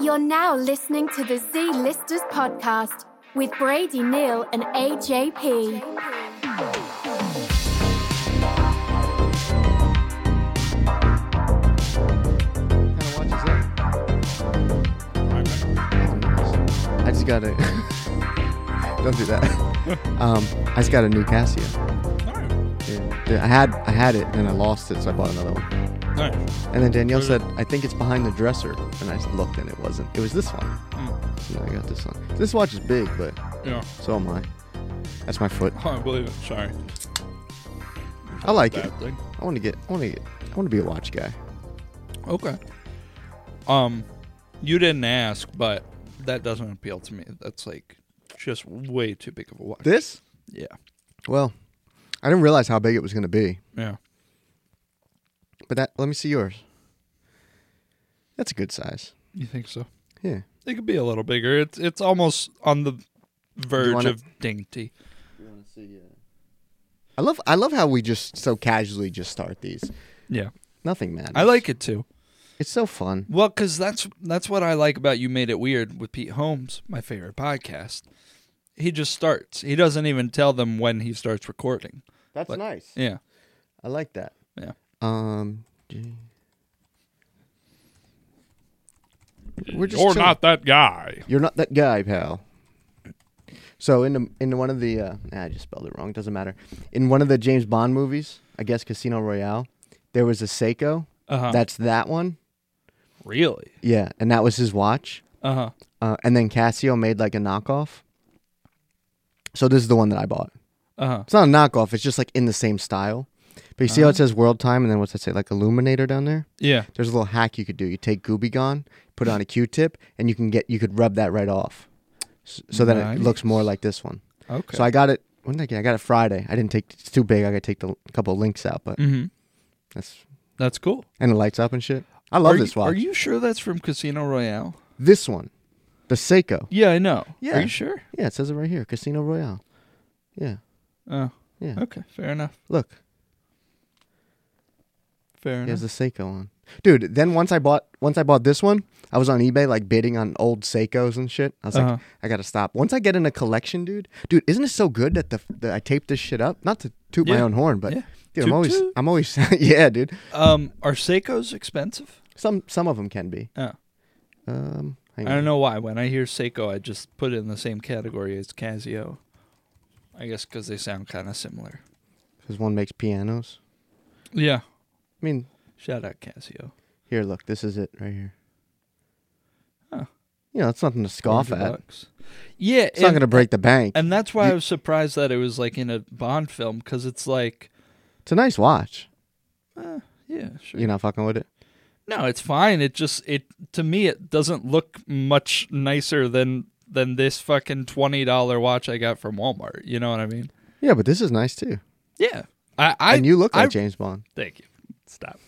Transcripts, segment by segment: You're now listening to the Z Listers podcast with Brady Neal and AJP. Kind of watches it. I just got a. Don't do that. um, I just got a new Casio. Yeah. Yeah, I had I had it and then I lost it, so I bought another one. Nice. And then Danielle said, "I think it's behind the dresser," and I just looked and it wasn't. It was this one. So I got this one. This watch is big, but Mm, Yeah. so am I. That's my foot. Oh, I believe it. Sorry. I like it. Bad thing. I want to get. I want to get. I want to be a watch guy. Okay. Um, you didn't ask, but that doesn't appeal to me. That's like just way too big of a watch. This? yeah. Well, I didn't realize how big it was going to be. Yeah. But that. Let me see yours. That's a good size. You think so? Yeah. It could be a little bigger. It's it's almost on the verge wanna- of dainty. I love I love how we just so casually just start these. Yeah. Nothing matters. I like it too. It's so fun. Well, because that's that's what I like about you. Made it weird with Pete Holmes, my favorite podcast. He just starts. He doesn't even tell them when he starts recording. That's But- nice. Yeah, I like that. yeah. Um, gee. we're just You're chilling. not that guy. You're not that guy, pal. So in the, in one of the uh, nah, I just spelled it wrong. Doesn't matter. In one of the James Bond movies, I guess Casino Royale, there was a Seiko. Uh-huh. That's that one. Really? Yeah, and that was his watch. Uh huh. Uh, and then Casio made like a knockoff. So this is the one that I bought. Uh huh. It's not a knockoff. It's just like in the same style. But you see how Uh-huh. it says world time, and then what's that say? Like illuminator down there. Yeah. There's a little hack you could do. You take Gooby Gone, put it on a Q-tip, and you can get you could rub that right off, S- so that Nice. it looks more like this one. Okay. So I got it. When did I get? it? I got it Friday. I didn't take. It's too big. I got to take the l- couple links out, but hmm that's That's cool. and it lights up and shit. I love are this you, watch. Are you sure that's from Casino Royale? This one, the Seiko. Yeah, I know. Yeah. Are you sure? Yeah, it says it right here, Casino Royale. Yeah, Oh. yeah. Okay. Fair enough. Look, Fair He has enough. the Seiko on. Dude, then once I bought once I bought this one, I was on eBay like bidding on old Seikos and shit. I was Uh-huh. like, I gotta stop. Once I get in a collection, dude, dude, isn't it so good that the that I taped this shit up? Not to toot my Yeah. own horn, but Yeah. dude, Toot I'm always toot. I'm always yeah, dude. Um, are Seikos expensive? Some some of them can be. Oh. Um, hang I on. don't know why. When I hear Seiko, I just put it in the same category as Casio. I guess because they sound kind of similar. because one makes pianos. Yeah. I mean, Shout out Casio. here, look, this is it right here. Huh. You know, it's nothing to scoff 100 at. bucks. Yeah. It's not and- gonna break the bank. And that's why I You- was surprised that it was like in a Bond film because it's like, It's a nice watch. eh, yeah, sure. You're not fucking with it. No, it's fine. It just it to me it doesn't look much nicer than than this fucking twenty dollar watch I got from Walmart. You know what I mean? Yeah, but this is nice too. Yeah. I, I and you look like I, James Bond. Thank you. Stop.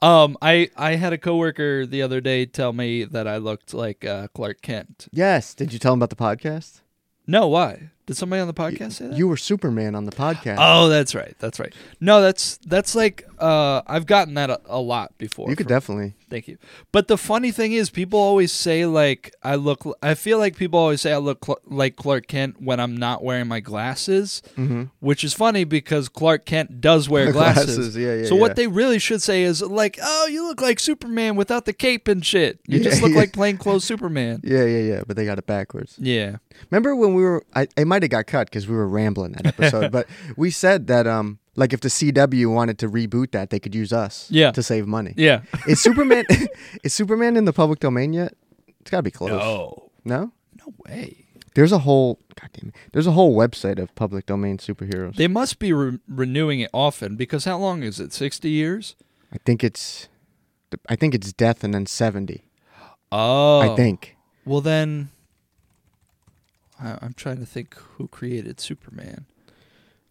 Um, I I had a coworker the other day tell me that I looked like uh, Clark Kent. Yes. Did you tell him about the podcast? No, why? Did somebody on the podcast say that? You were Superman on the podcast. Oh, that's right. That's right. No, that's that's like uh, I've gotten that a, a lot before. you could from- definitely. Thank you. But the funny thing is, people always say like I look. I feel like people always say I look cl- like Clark Kent when I'm not wearing my glasses, Mm-hmm. which is funny because Clark Kent does wear glasses. Glasses, yeah, yeah, So yeah. what they really should say is like, "Oh, you look like Superman without the cape and shit. You just Yeah, look yeah. like plainclothes Superman." Yeah, yeah, yeah. But they got it backwards. Yeah. Remember when we were? I it might have got cut because we were rambling that episode. but we said that um, like if the CW wanted to reboot that, they could use us. Yeah. To save money. Yeah. Is Superman? is Superman in the public domain yet? It's got to be close. Oh, No? no way. There's a whole. God damn it. There's a whole website of public domain superheroes. They must be re- renewing it often because how long is it? Sixty years? I think it's. I think it's death and then seventy. Oh, I think. Well, then, I, I'm trying to think who created Superman,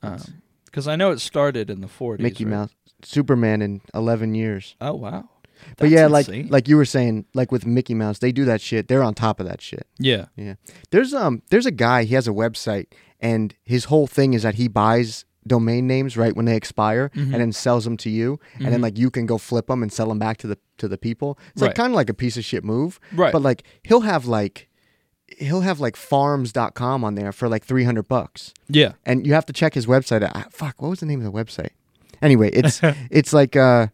because I know it started in the 40s. Mickey right? Mouse, Superman in eleven years. Oh wow. but yeah, That's like insane. like you were saying, like with Mickey Mouse, they do that shit. They're on top of that shit. yeah, Yeah. There's um there's a guy, he has a website and his whole thing is that he buys domain names right when they expire Mm-hmm. and then sells them to you and then like you can go flip them and sell them back to the to the people. It's like Right. kind of like a piece of shit move. Right. But like he'll have like he'll have like farms.com on there for like 300 bucks. Yeah. And you have to check his website. Ah, fuck, what was the name of the website? Anyway, it's it's like uh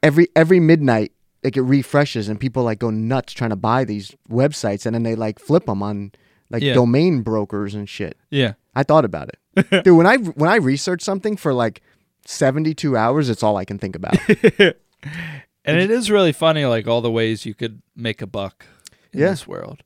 every every midnight like it refreshes and people like go nuts trying to buy these websites and then they like flip them on like Yeah. domain brokers and shit. Yeah. I thought about it, dude. When I when I research something for like seventy two hours, it's all I can think about. And it is really funny, like all the ways you could make a buck in Yeah. this world.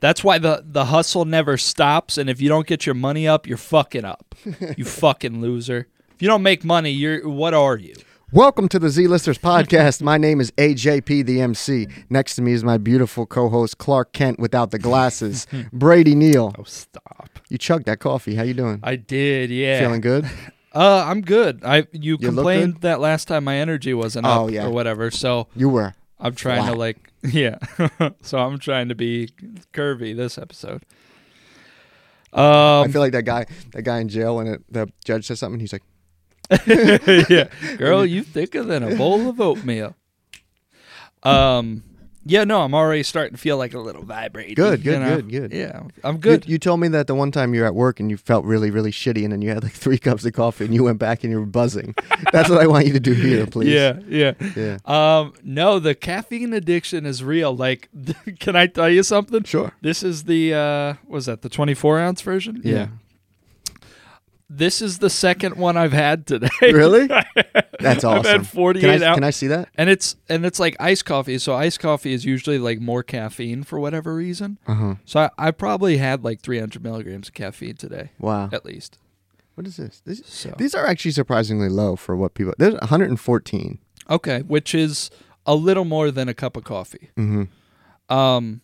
That's why the, the hustle never stops. And if you don't get your money up, you're fucking up. you fucking loser. If you don't make money, you're what are you? Welcome to the Z Listers podcast. My name is AJP, the MC. Next to me is my beautiful co-host Clark Kent without the glasses, Brady Neal. Oh, stop. You chugged that coffee. How you doing? I did, yeah. Feeling good? Uh, I'm good. I you, good? complained that last time my energy wasn't Oh, up yeah. or whatever. So You were. I'm trying to Flat. like yeah. so I'm trying to be curvy this episode. I Um, feel like that guy, that guy in jail when it, the judge says something. He's like, yeah, girl, you thicker than a bowl of oatmeal. Um, yeah, no, I'm already starting to feel like a little vibrating. Good, you good, know? good, good. Yeah, I'm You- good. You, told me that the one time you were at work and you felt really, really shitty, and then you had like three cups of coffee, and you went back and you were buzzing. That's what I want you to do here, please. yeah, yeah, Yeah. Um, no, the caffeine addiction is real. Like, can I tell you something? Sure. This is the uh, what was that the 24 ounce version? Yeah. This is the second one I've had today. Really? That's awesome. I've had 48 can I, ounce- Can I see that? And it's and it's like iced coffee. So iced coffee is usually like more caffeine for whatever reason. Uh-huh. So I, I probably had like 300 milligrams of caffeine today, Wow. at least. What is this? This- So These are actually surprisingly low for what people. There's 114. okay, which is a little more than a cup of coffee. Mhm. Um,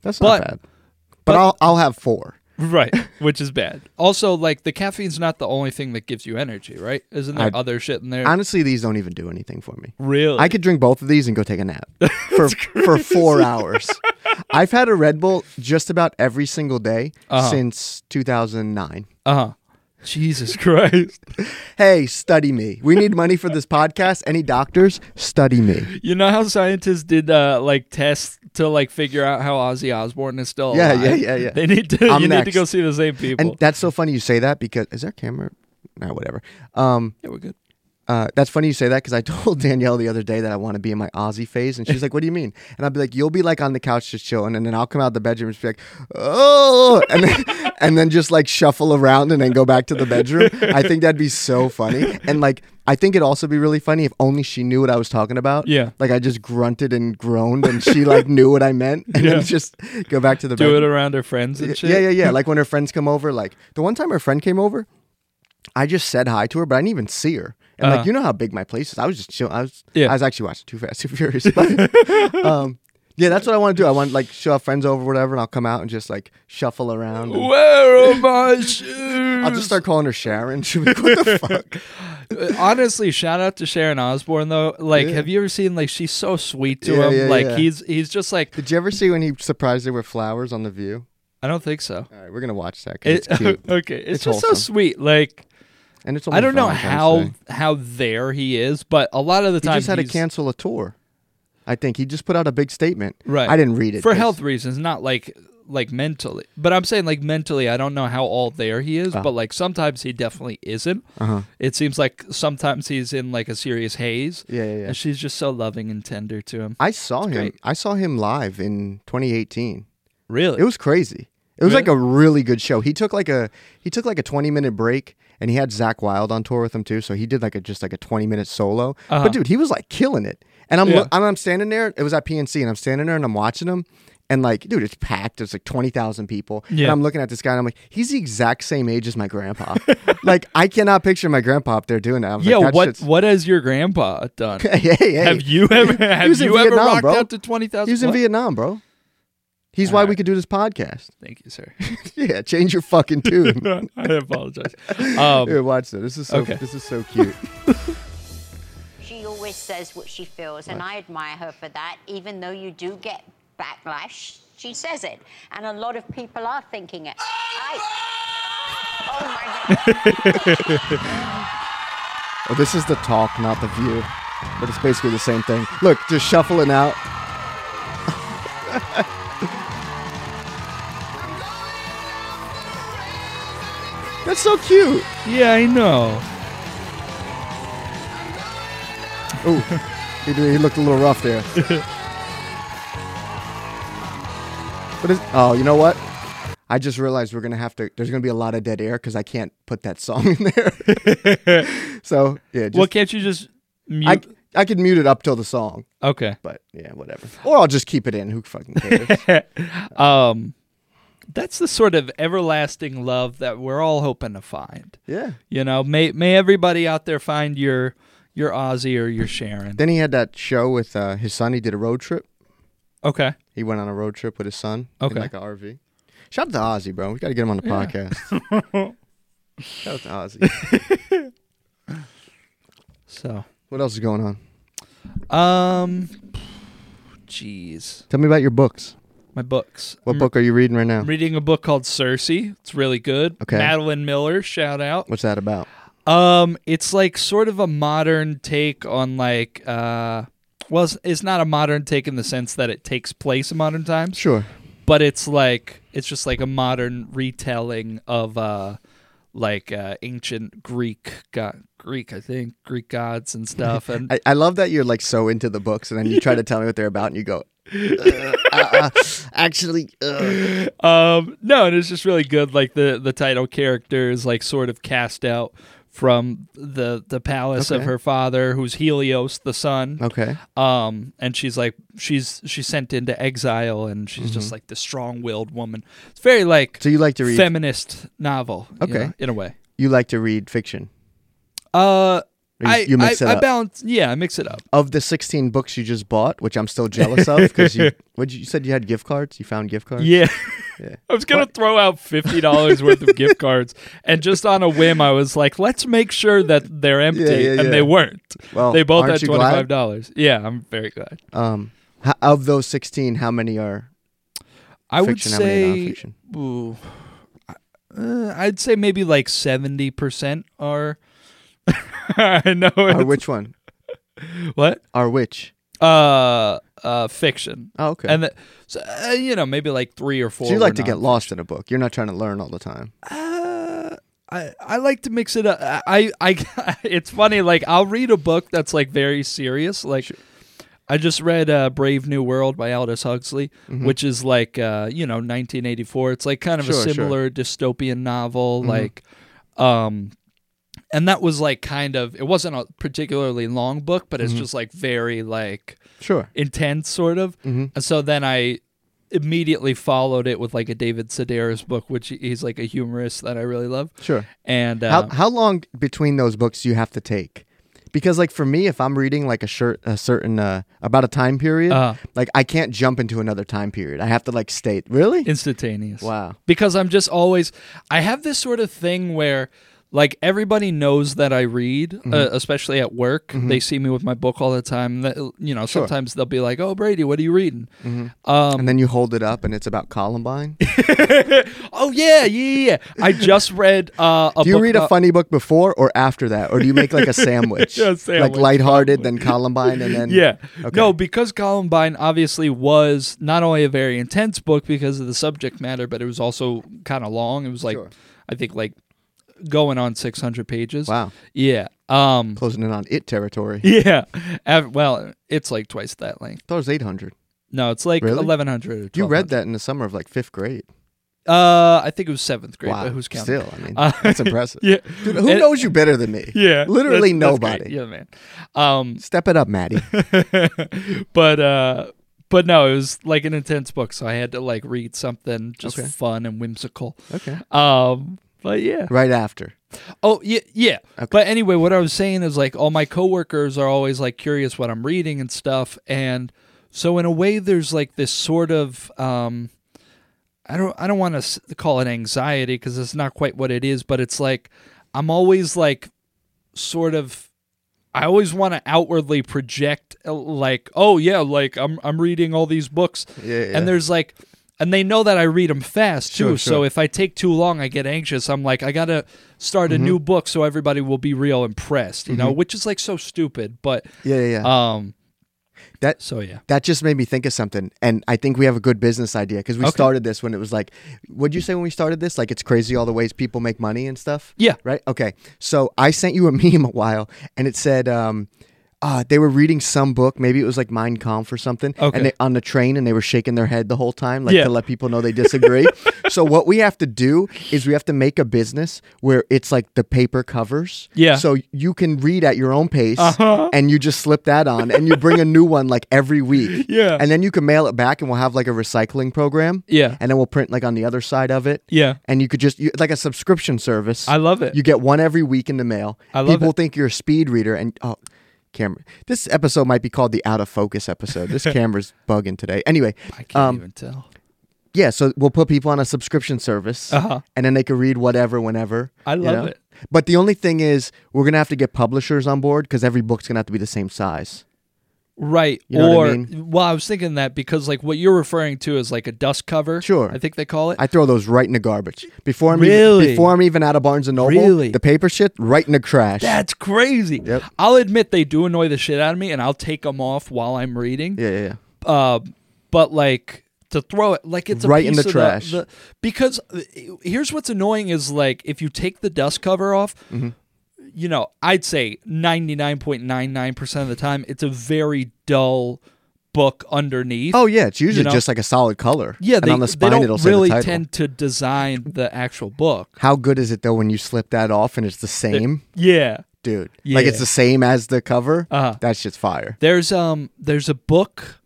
That's But- not bad. But, but- I'll I'll have four. right, which is bad. Also, like the caffeine's not the only thing that gives you energy, right? Isn't there I- other shit in there? Honestly, these don't even do anything for me. really? I could drink both of these and go take a nap for for four hours. I've had a Red Bull just about every single day Uh-huh. since 2009. uh huh. Jesus Christ! Hey, study me. We need money for this podcast. Any doctors, study me. You know how scientists did uh, like tests to like figure out how Ozzy Osbourne is still Yeah, alive? yeah, yeah, yeah. They need to. I'm you need next. to go see the same people. And that's so funny you say that because is there a camera? Nah, whatever. Um, yeah, we're good. Uh, that's funny you say that because I told Danielle the other day that I want to be in my Aussie phase, and she's like, "What do you mean?" And I'll be like, "You'll be like on the couch just chilling, and then I'll come out the bedroom and just be like, oh, and then, and then just like shuffle around and then go back to the bedroom. I think that'd be so funny, and like I think it'd also be really funny if only she knew what I was talking about. Yeah. like I just grunted and groaned, and she like knew what I meant, and Yeah. then just go back to the Do bedroom. it around her friends and Y- shit. Yeah, yeah, yeah. like when her friends come over, like the one time her friend came over, I just said hi to her, but I didn't even see her. And Uh-huh. like you know how big my place is. I was just chill. I was Yeah. I was actually watching Too Fast, Too Furious. But, um, yeah, that's what I want to do. I want like she'll have friends over, whatever, and I'll come out and just like shuffle around. and- Where are my shoes? I'll just start calling her Sharon. She'll be like, what the fuck? Honestly, shout out to Sharon Osbourne though. Like, uh, Yeah. have you ever seen like she's so sweet to Yeah, him? yeah, like yeah. he's he's just like Did you ever see when he surprised her with flowers on the view? I don't think so. All right, we're gonna watch that. 'cause It- it's cute, okay, It's it's, just so wholesome. sweet. Like and it's. Only I don't know Valentine's Day. how how there he is, but a lot of the He time just had to he's- cancel a tour. I think he just put out a big statement. Right. I didn't read it for 'cause- health reasons, not like like mentally. But I'm saying like mentally, I don't know how all there he is, but like sometimes he definitely isn't. Uh-huh. It seems like sometimes he's in like a serious haze. Yeah, yeah, yeah. And she's just so loving and tender to him. I saw him. great. I saw him live in 2018. Really? It was crazy. It was Really? like a really good show. He took like a he took like a 20 minute break, and he had Zach Wild on tour with him too. So he did like a just like a 20 minute solo. Uh-huh. But dude, he was like killing it. And I'm Yeah. and I'm standing there. It was at PNC, and I'm standing there and I'm watching him. And like, dude, it's packed. It's like twenty thousand people. And Yeah. I'm looking at this guy, and I'm like, he's the exact same age as my grandpa. like, I cannot picture my grandpa up there doing that. I was yeah, like, that what shit's- what has your grandpa done? hey, hey, hey. Have you ever have was in you ever Vietnam, rocked bro. out to twenty thousand? He was in Vietnam, bro. He's why we Alright. could do this podcast. Thank you, sir. yeah, change your fucking tune. I apologize. Um, Here, watch this. This is so. Okay. This is so cute. She always says what she feels, and I admire her for that. Even though you do get backlash, she says it, and a lot of people are thinking it. I, Oh my god. Oh, this is the talk, not the view. But it's basically the same thing. Look, just shuffling out. That's so cute. Yeah, I know. Ooh, he, he looked a little rough there. but it's, oh, you know what? I just realized we're gonna have to. There's gonna be a lot of dead air because I can't put that song in there. so yeah, just, well, can't you just mute? I I could mute it up till the song, okay. but yeah, whatever. Or I'll just keep it in. Who fucking cares? Um, that's the sort of everlasting love that we're all hoping to find. yeah. You know, may may everybody out there find your your Ozzy or your Sharon. Then he had that show with uh, his son. He did a road trip. Okay. He went on a road trip with his son in Okay. like an RV. Shout out to Ozzy, bro. We got to get him on the podcast. Shout out to Ozzy. So, what else is going on? um, jeez, Tell me about your books. my books. What I'm book are you reading right now? I'm reading a book called Circe. It's really good. Okay. Madeline Miller, shout out. What's that about? Um, it's like sort of a modern take on like uh well, it's, it's not a modern take in the sense that it takes place in modern times, Sure. but it's like it's just like a modern retelling of uh like uh ancient Greek god Greek, I think, Greek gods and stuff and I, I love that you're like so into the books, and then you try to tell me what they're about, and you go, uh, uh, uh, actually, uh. Um, no, and it's just really good. Like the the title character is like sort of cast out from the the palace of Okay. her father, who's Helios, the son. okay. Um, and she's like she's she's sent into exile, and she's just like the strong willed woman. It's very like Mm-hmm. So you like to read? feminist novel. you Okay. know, in a way. you like to read fiction. Uh, Or you- I you mix I, it I up. balance. Yeah, I mix it up. Of the 16 books you just bought, which I'm still jealous of, because you, what'd you, you said you had gift cards. You found gift cards. Yeah. Yeah. I was gonna throw out fifty dollars worth of gift cards, and just on a whim, I was like, "Let's make sure that they're empty," yeah, yeah. and they weren't. Well, they both aren't had you twenty glad? five dollars. Yeah, I'm very glad. Um, h- of those 16, how many are? I would Fiction, how many say, nonfiction? ooh, uh, I'd say maybe like seventy percent are. I know Or it's, which one? what Or which? uh uh fiction, Oh, okay. and the, so, uh, you know maybe like three or four. so you were like to get nonfiction. lost in a book. You're not trying to learn all the time. Uh, I, I like to mix it up. I, I I- it's funny. Like I'll read a book that's like very serious. Like I just read uh, Brave New World by Aldous Huxley, which is like uh, you know 1984. It's like kind of Mm-hmm. Sure, Mm-hmm. sure. a similar dystopian novel. Like, um, and that was like kind of it wasn't a particularly long book, but Mm-hmm. it's just like very like Sure. intense sort of. Mm-hmm. And so then I immediately followed it with like a David Sedaris book, which he- he's like a humorist that I really love. Sure. And uh, How how long between those books do you have to take? Because like for me, if I'm reading like a shirt a certain uh, about a time period, Uh-huh. like I can't jump into another time period. I have to like state really. instantaneous. Wow. Because I'm just always I have this sort of thing where like everybody knows that I read, uh, Mm-hmm. especially at work. They see me with my book all the time. That, you know, sometimes they'll be like, "Oh, Brady, what are you reading?" Mm-hmm. and then you hold it up, and it's about Columbine. Oh yeah, yeah, yeah. yeah. I just read uh, a Do you book read a about- funny book before or after that, or do you make like a sandwich, Yeah, sandwich, like lighthearted, then Columbine, and then Yeah. Mm. Okay. No, because Columbine obviously was not only a very intense book because of the subject matter, but it was also kind of long. It was like, Sure. I think, like going on 600 pages. Wow. Yeah. Um, closing in on it territory. yeah. Av- well, it's like twice that length. That was eight hundred. No, it's like Really? 1100. or You read 1200. that in the summer of like fifth grade. Uh, I think it was seventh grade, wow, but who's counting? Uh, still, I mean, that's impressive. Yeah. Dude, who And- knows you better than me? Yeah. literally that's- that's great. nobody. yeah, man. Um, Step it up, Maddie. but uh but no it was like an intense book so i had to like read something just Okay. fun and whimsical Okay. um but yeah right after. oh yeah yeah but anyway what i was saying is like all my coworkers are always like curious what i'm reading and stuff and so in a way there's like this sort of um i don't i don't want to call it anxiety because it's not quite what it is but it's like i'm always like sort of I always want to outwardly project uh, like, oh yeah, like I'm I'm reading all these books. Yeah, yeah. And there's like and they know that I read them fast too. Sure, So sure. if I take too long, I get anxious. I'm like, I gotta start a Mm-hmm. new book so everybody will be real impressed, you know, which is like so stupid. But Yeah, yeah, yeah. um, That- so yeah, That just made me think of something, and I think we have a good business idea because we Okay. started this when it was like, what'd you say when we started this? Like, it's crazy all the ways people make money and stuff. Yeah. Right. Okay. So I sent you a meme a while, and it said, um, uh, they were reading some book, maybe it was like Mein Kampf or something, Okay. and they on the train, and they were shaking their head the whole time, like Yeah. to let people know they disagree. so what we have to do is we have to make a business where it's like the paper covers. Yeah. Uh-huh. So you can read at your own pace, and you just slip that on, and you bring a new one like every week. Yeah. And then you can mail it back, and we'll have like a recycling program. Yeah. And then we'll print like on the other side of it. Yeah. And you could just you, like a subscription service. I love it. You get one every week in the mail. I love People it. think you're a speed reader, and oh, camera. This episode might be called the out of focus episode. This camera's bugging today. Anyway, I can't um, even tell. yeah. So we'll put people on a subscription service, Uh-huh. and then they can read whatever, whenever. I you love know? it. But the only thing is, we're gonna have to get publishers on board because every book's gonna have to be the same size. Right. You know what or I mean? well, I was thinking that because like what you're referring to is like a dust cover. Sure. I think they call it. I throw those right in the garbage before I'm Really? even, before I'm even out of Barnes and Noble. Really? the paper shit right in the trash. That's crazy. Yep. I'll admit they do annoy the shit out of me, and I'll take them off while I'm reading. yeah, yeah, yeah. Uh, but like to throw it like it's a Right in piece the of trash. because uh, here's what's annoying is like if you take the dust cover off. Mm-hmm. You know, I'd say 99.99% of the time, it's a very dull book underneath. Oh yeah, it's usually know? just like a solid color. Yeah, and they, on the they spine don't it'll really say the title. tend to design the actual book. How good is it though when you slip that off and it's the same, Yeah. dude? Like it's Yeah. the same as the cover. Uh-huh. That shit's fire. There's um there's a book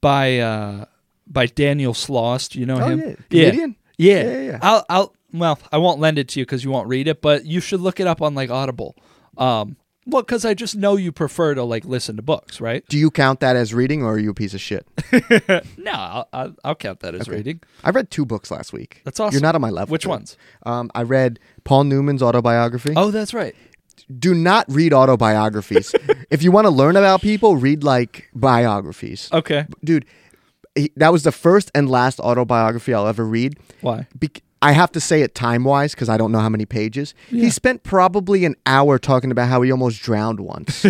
by uh by Daniel Sloss. Do you know Oh, him? yeah. Comedian? Yeah. Yeah. Yeah, yeah, yeah. I'll I'll well, I won't lend it to you because you won't read it, but you should look it up on like Audible. Um well, because I just know you prefer to like listen to books, right? Do you count that as reading or are you a piece of shit? No, I'll, I'll, I'll count that as reading. I read two books last week. That's awesome. You're not on my level. Which dude. ones? Um, I read Paul Newman's autobiography. Oh, that's right. Do not read autobiographies. if you want to learn about people, read like biographies. Okay. dude he, that was the first and last autobiography i'll ever read Why? Bec- i have to say it time-wise because i don't know how many pages Yeah. he spent probably an hour talking about how he almost drowned once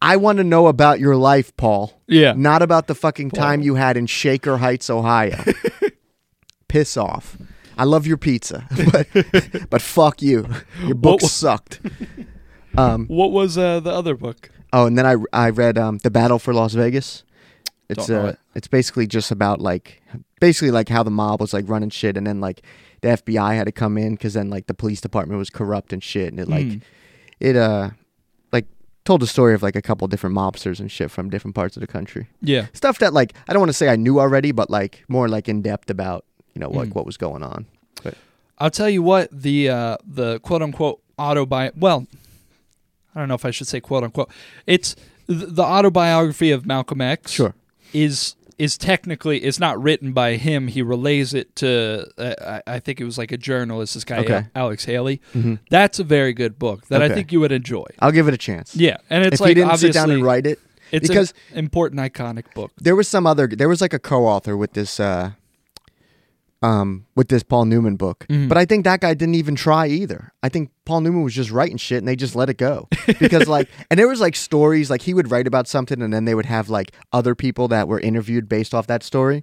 i want to know about your life paul Yeah. not about the fucking time you had in shaker heights ohio piss off i love your pizza but, but fuck you your book What wa- sucked What was uh, the other book? Oh, and then I I read um, the Battle for Las Vegas. It's Don't know uh, it. it's basically just about like basically like how the mob was like running shit, and then like the FBI had to come in because then like the police department was corrupt and shit, and it like Mm. it uh like told the story of like a couple different mobsters and shit from different parts of the country. Yeah. Stuff that like I don't want to say I knew already, but like more like in depth about you know Mm. like what was going on. But I'll tell you what the uh, the quote unquote autobi well, I don't know if I should say quote unquote. It's th- the autobiography of Malcolm X. Sure. is is technically it's not written by him. He relays it to uh, I, I think it was like a journalist. This guy Okay. Mm-hmm. Al- Alex Haley. That's a very good book that I Okay. think you would enjoy. I'll give it a chance. Yeah, and it's if like he didn't sit obviously down and write it, it's because an important iconic book. there was some other there was like a co-author with this uh um with this Paul Newman book. But I think that guy didn't even try either. I think Paul Newman was just writing shit and they just let it go. Because like and there was like stories like he would write about something and then they would have like other people that were interviewed based off that story.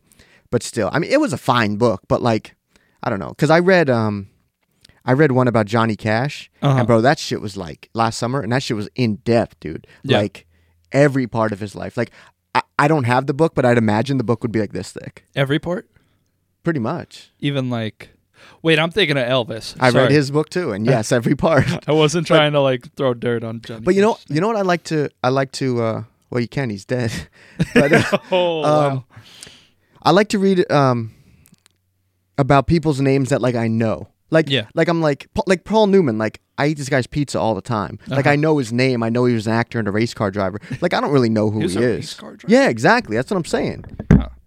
But still, I mean it was a fine book, but like I don't know cuz I read um I read one about Johnny Cash, Uh-huh. and bro, that shit was like last summer, and that shit was in depth, dude. Yeah. Like every part of his life. Like I, I don't have the book, but I'd imagine the book would be like this thick, Every part, pretty much. even like wait, I'm thinking of Elvis. I read Sorry. his book too, and yes, every part. I wasn't trying to like throw dirt on Johnny. But you know, you know what I like to, I like to. uh Well, you can. He's dead. But uh, Oh, wow. I like to read um about people's names that like I know. Like Yeah. like I'm like Pa- like Paul Newman. Like I eat this guy's pizza all the time. Like Uh-huh. I know his name. I know he was an actor and a race car driver. Like I don't really know who He was he a is. race car driver? Yeah, exactly. That's what I'm saying.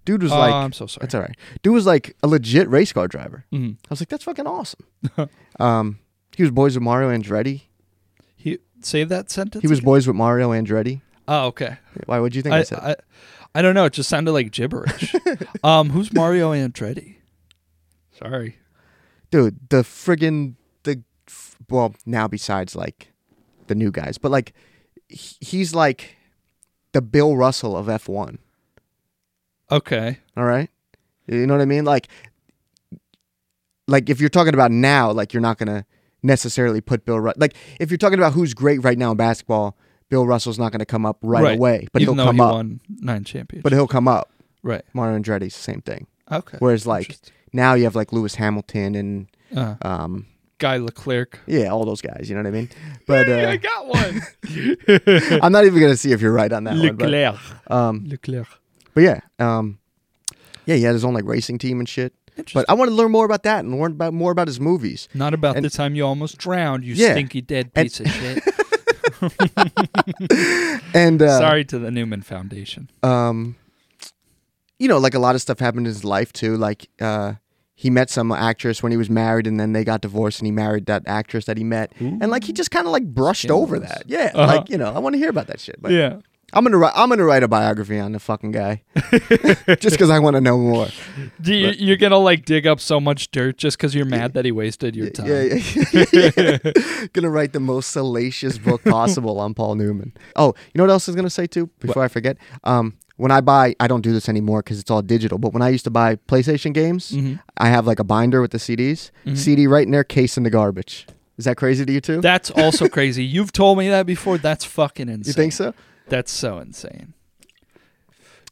Dude was Oh, like, I'm so sorry. Mm-hmm. That's all right. Dude was like a legit race car driver. I was like, that's fucking awesome. um, he was boys with Mario Andretti. He say that sentence. He was again? boys with Mario Andretti. Oh, okay. Why would you think I, I, said? I, I don't know. It just sounded like gibberish. um, who's Mario Andretti? Sorry. Dude, the friggin' the f- well now besides like the new guys, but like he- he's like the Bill Russell of F one. Okay. All right, you know what I mean? Like, like if you're talking about now, like you're not gonna necessarily put Bill Russell. Like if you're talking about who's great right now in basketball, Bill Russell's not gonna come up right, away, but Even he'll though come he up. won nine championships. But he'll come up. right. Mario Andretti's the same thing. Okay. Whereas like Interesting. now you have like Lewis Hamilton and Uh, um Guy Leclerc. yeah all those guys. You know what I mean? But uh, I got one. I'm not even gonna see if you're right on that one. But, Leclerc. um, Leclerc. but yeah, um, yeah, he had his own like racing team and shit. Interesting. But I want to learn more about that and learn about more about his movies. Not about And- the time you almost drowned, you Yeah. stinky dead And- piece of shit. And uh, Sorry to the Newman Foundation. um, you know, like a lot of stuff happened in his life too. Like uh, he met some actress when he was married, and then they got divorced, and he married that actress that he met, and like he just kind of like brushed over Scandalous. that. Yeah, Uh-huh. like you know, I want to hear about that shit. But I'm gonna write. I'm gonna write a biography on the fucking guy, just because I want to know more. Do you, you're gonna like dig up so much dirt just because you're mad that he wasted your time. Yeah, yeah, yeah. gonna write the most salacious book possible on Paul Newman. Oh, you know what else I was gonna say too? Before I forget, um, when I buy, I don't do this anymore because it's all digital. But when I used to buy PlayStation games, Mm-hmm. I have like a binder with the CDs, CD right in there, case in the garbage. Is that crazy to you too? That's also crazy. You've told me that before. That's fucking insane. you think so? That's so insane.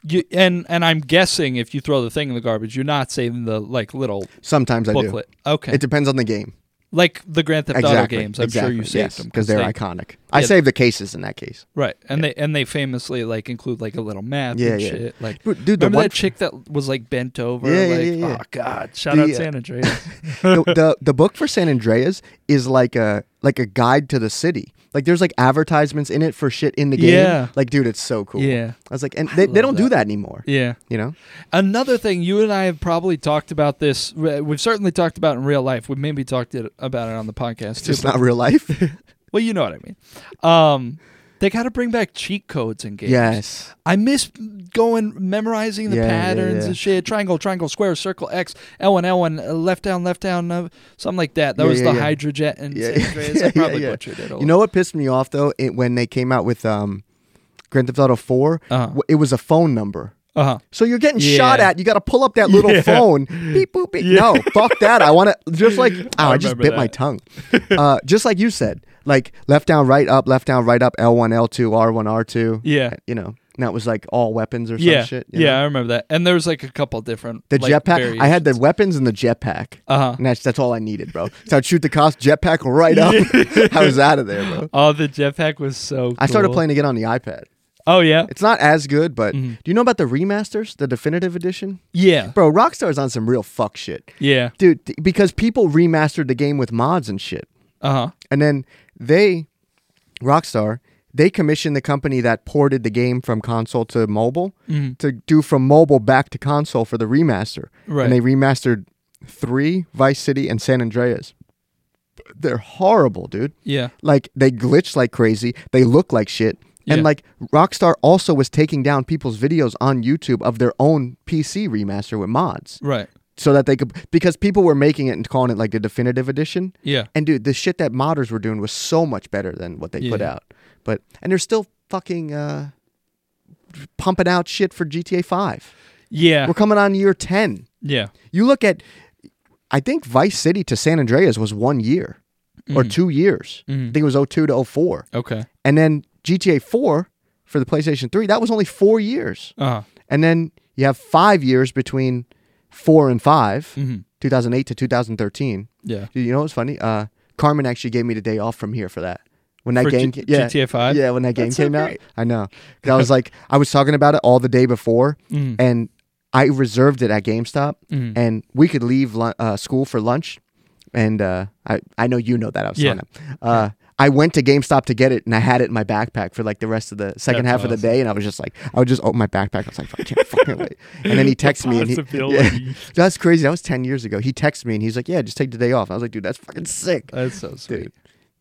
You and and I'm guessing if you throw the thing in the garbage, you're not saving the like little Sometimes I booklet. Okay, do. It depends on the game. like the Grand Theft Exactly. Auto games. I'm exactly. sure you saved them because they're they- iconic. I Yeah. save the cases in that case. Right, and they and they famously like include like a little map Yeah, and yeah. shit. Like, Dude, the remember one- that chick that was like bent over? Yeah, yeah, like, yeah, yeah. oh god, shout The, out uh, San Andreas. the, the the book for San Andreas is like a like a guide to the city. Like there's like advertisements in it for shit in the game. Yeah. Like dude, it's so cool. Yeah. I was like, and they, they love don't do that. that anymore. yeah. You know. Another thing, you and I have probably talked about this. we- We've certainly talked about it in real life. We've maybe talked it, about it on the podcast It's too. just but- not real life. well, you know what I mean. Um, they got to bring back cheat codes in games. yes. I miss going memorizing the Yeah, yeah, patterns yeah. and shit. Triangle, triangle, square, circle, X, L one, L one, uh, left down, left down, uh, something like that. That Yeah, was yeah, the yeah. hydrojet and Yeah, San Andreas. yeah, I probably yeah, yeah. butchered it. A You know what pissed me off though? It, when they came out with um, Grand Theft Auto 4 Uh-huh. w- it was a phone number. Uh huh. So you're getting shot Yeah. at. You got to pull up that little Yeah. phone. Beep boop beep. No, fuck that. I want to just like oh, I, just remember bit my that. tongue. Uh, just like you said, like left down, right up, left down, right up. L one, L two, R one, R two. Uh, Yeah. you know, and that was like all weapons or some Yeah. shit. you yeah, know? I remember that. And there was like a couple different The like, jetpack. I had the variations. weapons and the jetpack. Uh-huh. And that's, that's all I needed, bro. So I'd shoot the cost jetpack right up. I was out of there, bro. Oh, the jetpack was so. I started cool. Mm-hmm. playing again on the iPad. Oh yeah, It's not as good, but do you know about the remasters, the definitive edition? yeah, Bro, Rockstar's on some real fuck shit. yeah. dude th- because people remastered the game with mods and shit Uh huh. and then they rockstar they commissioned the company that ported the game from console to mobile Mm-hmm. to do from mobile back to console for the remaster Right. and they remastered three vice city and san andreas they're horrible dude Yeah. like they glitch like crazy they look like shit and Yeah. like rockstar also was taking down people's videos on youtube of their own pc remaster with mods Right. so that they could because people were making it and calling it like the definitive edition. Yeah. And dude, the shit that modders were doing was so much better than what they put Yeah. out. But and they're still fucking uh pumping out shit for GTA 5. Yeah. We're coming on year 10. Yeah. You look at I think Vice City to San Andreas was 1 year or Mm-hmm. 2 years. I think it was 02 to 04. Okay. And then GTA 4 for the PlayStation 3, that was only 4 years. Uh huh. And then you have five years between four and 5 2008 to 2013. Mm-hmm. Yeah. Dude, you know what's funny? Uh, Carmen actually gave me the day off from here for that. When that For game, G- ca- yeah, GTA 5? yeah, when that game That's so came out, great. I know. 'Cause I was like, I was talking about it all the day before, Mm-hmm. and I reserved it at GameStop, and we could leave lu- uh, school for lunch, and uh, I I know you know that I was Yeah. telling him. Uh, I went to GameStop to get it, and I had it in my backpack for like the rest of the second That's half of the day, and I was just like, I would just open my backpack. I was like, I can't fucking wait. And then he texted me, and he, possibility. yeah. that's crazy. That was ten years ago. He texted me, and he's like, Yeah, just take the day off. I was like, Dude, that's fucking sick That's so sweet. dude.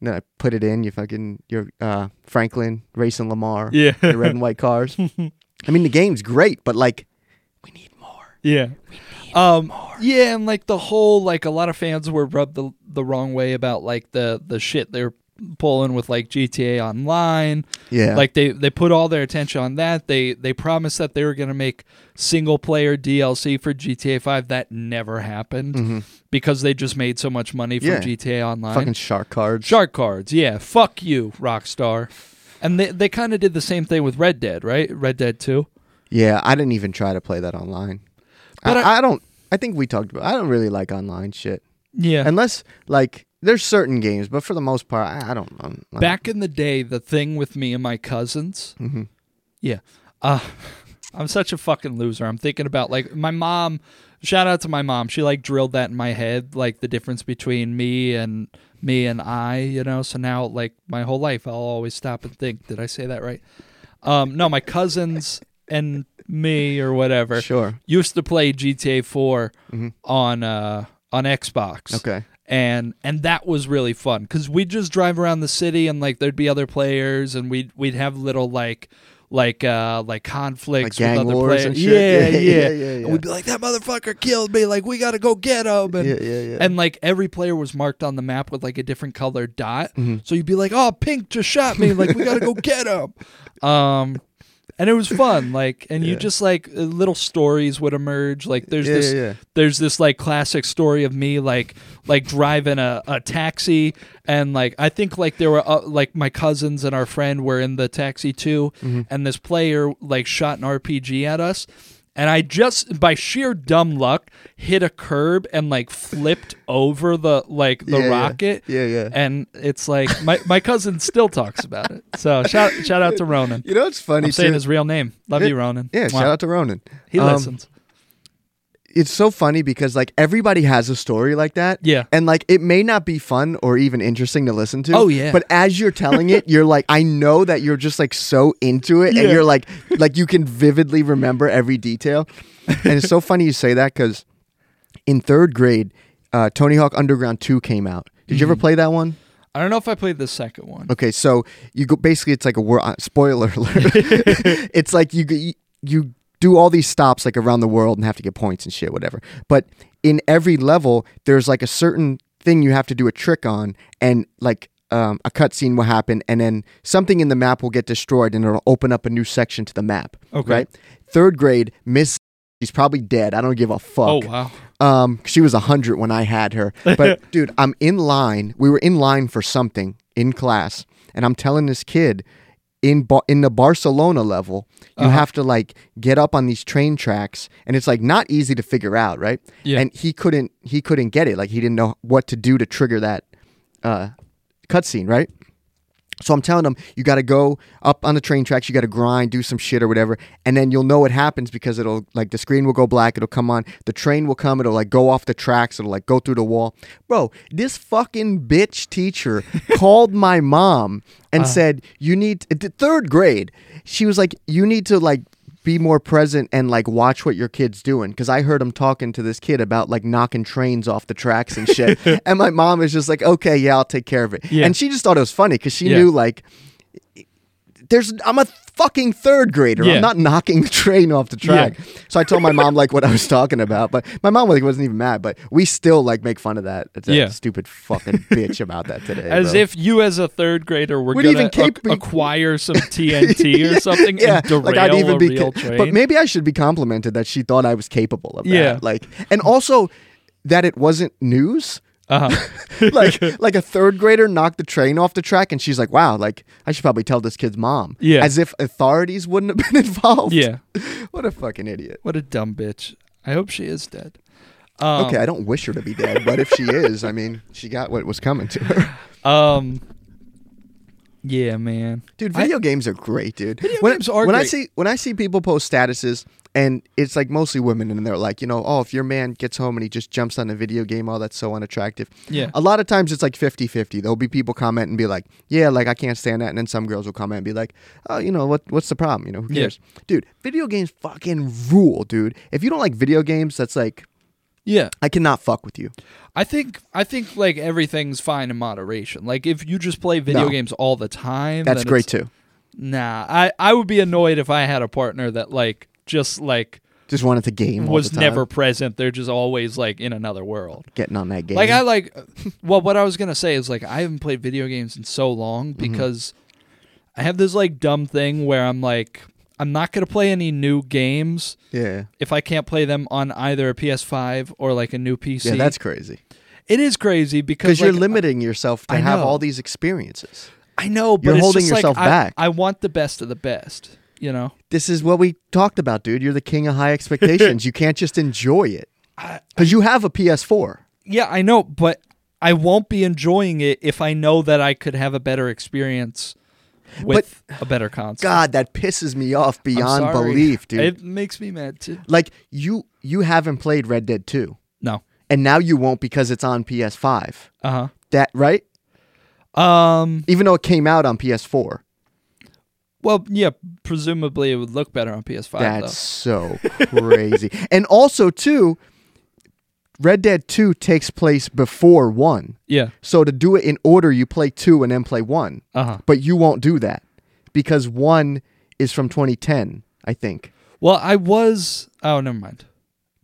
And then I put it in. You fucking your uh, Franklin racing Lamar. Yeah. your red and white cars. I mean, the game's great, but like, we need more. Yeah. Um, yeah, and like the whole like a lot of fans were rubbed the, the wrong way about like the the shit they're pulling with like GTA Online. Yeah. like they they put all their attention on that. They they promised that they were gonna make single player DLC for GTA Five. That never happened because they just made so much money from Mm-hmm. Yeah. GTA Online. fucking shark cards. Shark cards, yeah. Fuck you, Rockstar. And they they kind of did the same thing with Red Dead, right? Red Dead Two. Yeah, I didn't even try to play that online. But I, I, don't. I think we talked about. I don't really like online shit Yeah. unless like there's certain games, but for the most part, I, I don't. I'm, I'm- back in the day, the thing with me and my cousins. Yeah. Uh, I'm such a fucking loser. I'm thinking about like my mom. Shout out to my mom. She like drilled that in my head, like the difference between me and me and I. You know. So now, like my whole life, I'll always stop and think, did I say that right? Um, no, my cousins and me or whatever Sure. used to play GTA 4 on uh on Xbox Mm-hmm. Okay. and and that was really fun because we'd just drive around the city and like there'd be other players and we'd we'd have little like like uh like conflicts Like gang with other wars players and Yeah, shit. Yeah, yeah yeah, yeah, yeah. and we'd be like that motherfucker killed me like we gotta go get him and, Yeah, yeah, yeah. and like every player was marked on the map with like a different colored dot Mm-hmm. so you'd be like oh pink just shot me like we gotta go get him um and it was fun like and you just like uh, little stories would emerge like there's Yeah, this yeah, yeah. there's this like classic story of me like like driving a, a taxi and like i think like there were uh, like my cousins and our friend were in the taxi too Mm-hmm. and this player like shot an rpg at us and i just by sheer dumb luck hit a curb and like flipped over the like the Yeah, yeah. rocket Yeah, yeah. and it's like my, my cousin still talks about it so shout shout out to ronan You know what's funny? i'm saying too? his real name love Yeah, you ronan Yeah, Mwah. shout out to Ronan. he Um, listens It's so funny because like everybody has a story like that. Yeah. And like it may not be fun or even interesting to listen to. Oh, yeah. But as you're telling it, you're like, I know that you're just like so into it, and Yeah. you're like, like you can vividly remember every detail. And it's so funny you say that because in third grade, uh, Tony Hawk Underground Two came out. Did you ever Mm-hmm. play that one? i don't know if i played the second one Okay, so you go basically it's like a wor- uh, spoiler alert. it's like you g- you do all these stops like around the world and have to get points and shit whatever. But in every level there's like a certain thing you have to do a trick on and like um, a cutscene will happen and then something in the map will get destroyed and it'll open up a new section to the map. Okay. Right? Third grade, Miss she's probably dead. I don't give a fuck. oh wow Um, she was a hundred when I had her. But dude, I'm in line. We were in line for something in class, and I'm telling this kid in Bar- in the Barcelona level, you have to like get up on these train tracks, and it's like not easy to figure out, right? Yeah. And he couldn't he couldn't get it. Like he didn't know what to do to trigger that uh, cutscene, right? So I'm telling them, you got to go up on the train tracks, you got to grind, do some shit or whatever, and then you'll know what happens because it'll like the screen will go black, it'll come on, the train will come, it'll like go off the tracks, it'll like go through the wall. Bro, this fucking bitch teacher called my mom Uh. and said, "You need t- third grade." She was like, "You need to like be more present and like watch what your kid's doing because i heard him talking to this kid about like knocking trains off the tracks and shit and my mom is just like okay yeah i'll take care of it Yeah. and she just thought it was funny because she Yeah. knew like there's i'm a fucking third grader Yeah. i'm not knocking the train off the track Yeah. so i told my mom like what i was talking about but my mom like wasn't even mad but we still like make fun of that, that Yeah. stupid fucking bitch about that today As bro. if you, as a third grader, were Would going even to cap- acquire some TNT or something and derail a be real ca- train. but maybe i should be complimented that she thought i was capable of Yeah. that like and also that it wasn't news uh-huh. like like a third grader knocked the train off the track and she's like wow like i should probably tell this kid's mom Yeah. as if authorities wouldn't have been involved Yeah. what a fucking idiot What a dumb bitch. I hope she is dead. Um, okay i don't wish her to be dead but if she is i mean she got what was coming to her Um. Yeah, man. Dude, I- video games are great, dude. Video when, games are when I great. see when I see people post statuses and it's like mostly women and they're like, you know, oh, if your man gets home and he just jumps on a video game, oh, that's so unattractive. Yeah. A lot of times it's like 50-50. There'll be people comment and be like, "Yeah, like I can't stand that." And then some girls will comment and be like, "Oh, you know, what what's the problem? You know, who Yeah. cares?" Dude, video games fucking rule, dude. If you don't like video games, that's like Yeah. I cannot fuck with you. I think I think like everything's fine in moderation. Like if you just play video No. games all the time, That's then great it's- too. Nah, I I would be annoyed if I had a partner that like just like Just wanted to game. all was the time. Mm-hmm. never present. They're just always like in another world. getting on that game. Like I like well what I was going to say is like I haven't played video games in so long Mm-hmm. because I have this like dumb thing where I'm like I'm not going to play any new games yeah, if I can't play them on either a PS5 or like a new PC. yeah, that's crazy. it is crazy because Because you're like, limiting yourself to I have know. all these experiences. I know, but You're it's holding just like, yourself I- back. I, want the best of the best. You know, This is what we talked about, dude. You're the king of high expectations. you can't just enjoy it because you have a PS4. yeah, I know, but I won't be enjoying it if I know that I could have a better experience with a better console. God, that pisses me off I'm beyond sorry. belief, dude. It makes me mad too. like you, you haven't played Red Dead 2, No, and now you won't because it's on PS5. uh That right? huh. Um, Even though it came out on PS4. well, yeah, presumably it would look better on PS5. That's so crazy. and also, too, Red Dead 2 takes place before 1. though. yeah, So to do it in order, you play 2 and then play 1. uh huh. But you won't do that because 1 is from 2010, I think. Well, I was. Oh, never mind.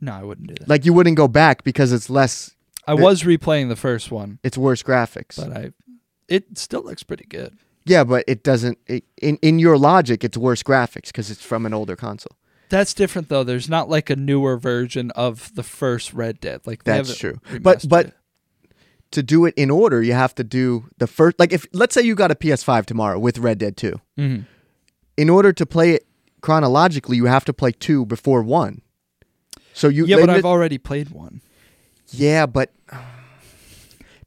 No, I wouldn't do that. Like you wouldn't go back because it's less I was replaying the first one, it's worse graphics. but I. It still looks pretty good. yeah, but it doesn't it, in in your logic it's worse graphics cuz it's from an older console. That's different though. There's not like a newer version of the first Red Dead. Like they That's haven't true. But- remastered but- it. To do it in order, you have to do the first like if let's say you got a PS5 tomorrow with Red Dead 2. Mhm. in order to play it chronologically, you have to play two before one. So you yeah, but I've it- already played one. yeah, but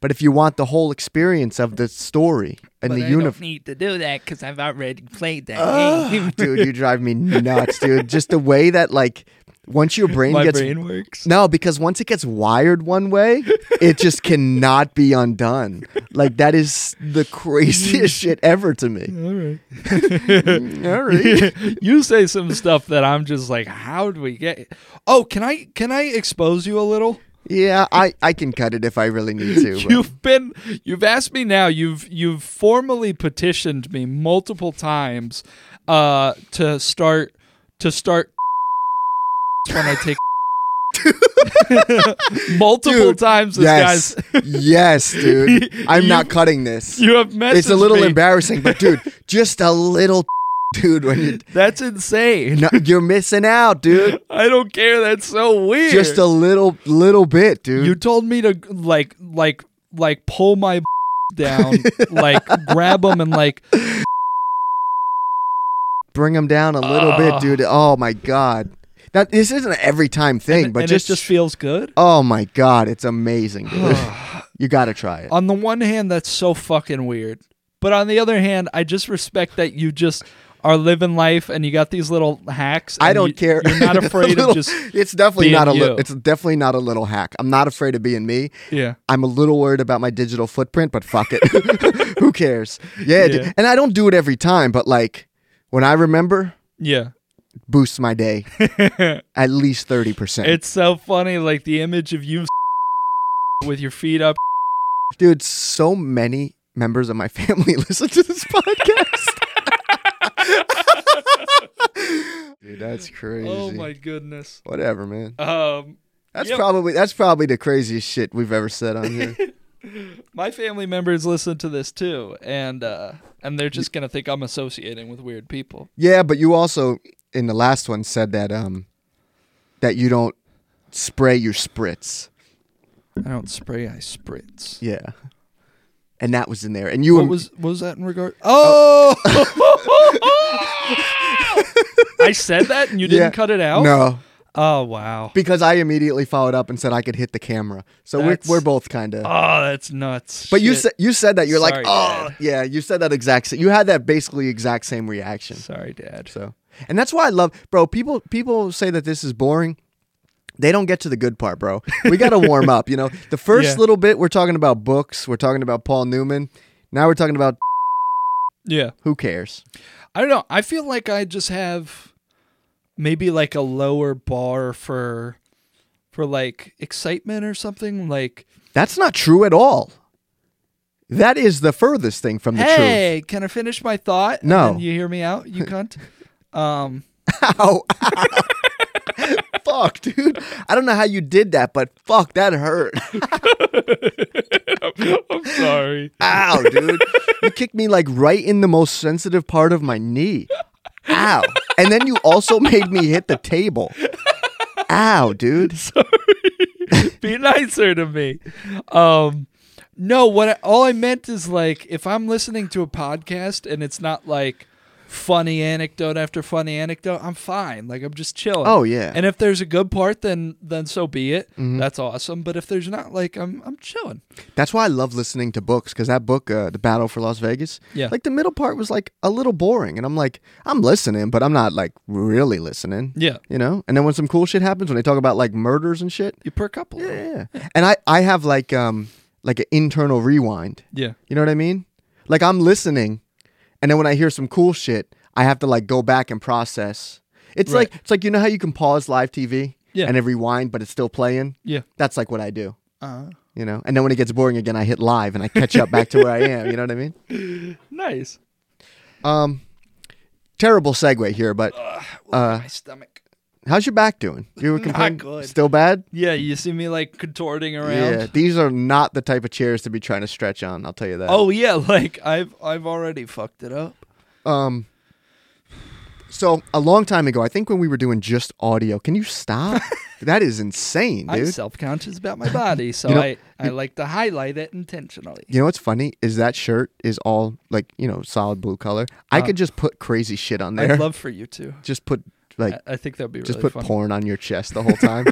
but if you want the whole experience of the story and the universe, need to do that because I've already played that game. dude, you drive me nuts, dude. Just the way that like once your brain My gets brain works. no, because once it gets wired one way, it just cannot be undone. Like that is the craziest shit ever to me. All right. All right. you say some stuff that I'm just like, how do we get? Oh, can I can I expose you a little? Yeah, I, I can cut it if I really need to. but- You've been you've asked me now. You've you've formally petitioned me multiple times uh to start to start when I take multiple Dude, times this Yes, guys yes, dude. I'm You- not cutting this. you have messaged It's a little me. embarrassing, but dude, just a little, dude. When you That's insane. no, you're missing out, dude. I don't care. That's so weird. Just a little, little bit, dude. You told me to like like like pull my down, like grab them and like Bring them down a little Ah. bit, dude. Oh my god. Now this isn't an every time thing, but and just it just feels good. Oh my god, it's amazing, dude. you gotta try it. on the one hand that's so fucking weird but on the other hand i just respect that you just are living life and you got these little hacks I and don't you- care. you're not afraid Little- of just It's definitely being not a. you. Li- it's definitely not a little hack. I'm not afraid of being me. yeah I'm a little worried about my digital footprint, but fuck it. Who cares? Yeah, dude. Yeah. and I don't do it every time, but like when I remember, yeah boosts my day at least thirty percent. it's so funny like the image of you with your feet up Dude, so many members of my family listen to this podcast. dude, that's crazy. oh my goodness Whatever, man. um That's Yep. probably that's probably the craziest shit we've ever said on here. my family members listen to this too and uh and they're just gonna think i'm associating with weird people Yeah, but you also in the last one said that um that you don't spray your spritz. i don't spray i spritz Yeah. And that was in there. And you What was what was that in regard? Oh, I said that and you didn't Yeah. cut it out. No, Oh wow. because I immediately followed up and said I could hit the camera. So we're, That's- we're both kind of Oh, that's nuts. But you Shit. said you said that you're like, Sorry, "Oh, Dad." yeah, you said that exact same. You had that basically exact same reaction." Sorry, Dad. So, and that's why I love, bro. People people say that this is boring. They don't get to the good part, bro. We got to warm up. You know, the first Yeah. little bit we're talking about books. We're talking about Paul Newman. Now we're talking about Yeah. who cares. I don't know. I feel like I just have maybe like a lower bar for for like excitement or something. Like, That's not true at all. That is the furthest thing from the hey, can I finish my thought? And No. then you hear me out, you cunt. Um, truth. Ow. fuck, dude. I don't know how you did that, but fuck, that hurt. I'm sorry. Ow, dude. You kicked me like right in the most sensitive part of my knee. Ow. And then you also made me hit the table. Ow, dude. be nicer to me. Um, no, what I, all I meant is like if I'm listening to a podcast and it's not like funny anecdote after funny anecdote, I'm fine. Like I'm just chilling. Oh, yeah. Mm-hmm. And if there's a good part, then then so be it. That's awesome. But if there's not, like I'm I'm chilling. That's why I love listening to books because that book, uh, The Battle for Las Vegas, Yeah. like the middle part was like a little boring. And I'm like, I'm listening, but I'm not like really listening. Yeah. You know? And then when some cool shit happens, when they talk about like murders and shit. You perk up a little. Yeah. And I, I have like, um, like an internal rewind. Yeah. You know what I mean? Like I'm listening, and then when I hear some cool shit, I have to like go back and process. It's Right. like it's like you know how you can pause live TV Yeah. and it rewind, but it's still playing. Yeah. That's like what I do. Uh, You know, and then when it gets boring again, I hit live and I catch up back to where I am. You know what I mean? nice. Um, terrible segue here, but Uh, my stomach. how's your back doing? You were Not complaining, good. still bad. Yeah, you see me like contorting around. Yeah, these are not the type of chairs to be trying to stretch on. I'll tell you that. Oh yeah, like I've I've already fucked it up. Um. So a long time ago, I think when we were doing just audio, can you stop? that is insane, I'm dude. self conscious about my body, so You know- I, I like to highlight it intentionally. You know what's funny is that shirt is all like you know solid blue color. I could just put crazy shit on there. I'd Uh, love for you to. just put like I, I think that'd be really just put fun. porn on your chest the whole time,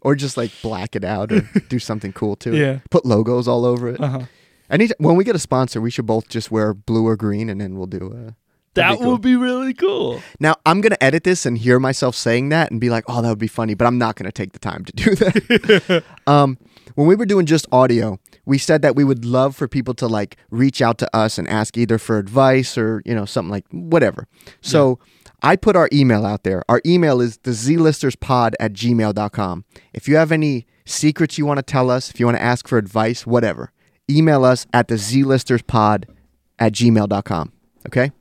or just like black it out or do something cool to it. Yeah. Put logos all over it. Uh-huh. Any when we get a sponsor, we should both just wear blue or green, and then we'll do. Uh, That cool. would be really cool. Now I'm gonna edit this and hear myself saying that and be like, "Oh, that would be funny," but I'm not gonna take the time to do that. um, when we were doing just audio, we said that we would love for people to like reach out to us and ask either for advice or you know something like whatever. So I put our email out there. Our email is the zlisterspod at gmail.com. If you have any secrets you want to tell us, if you want to ask for advice, whatever, email us at the zlisterspod at gmail.com. Okay.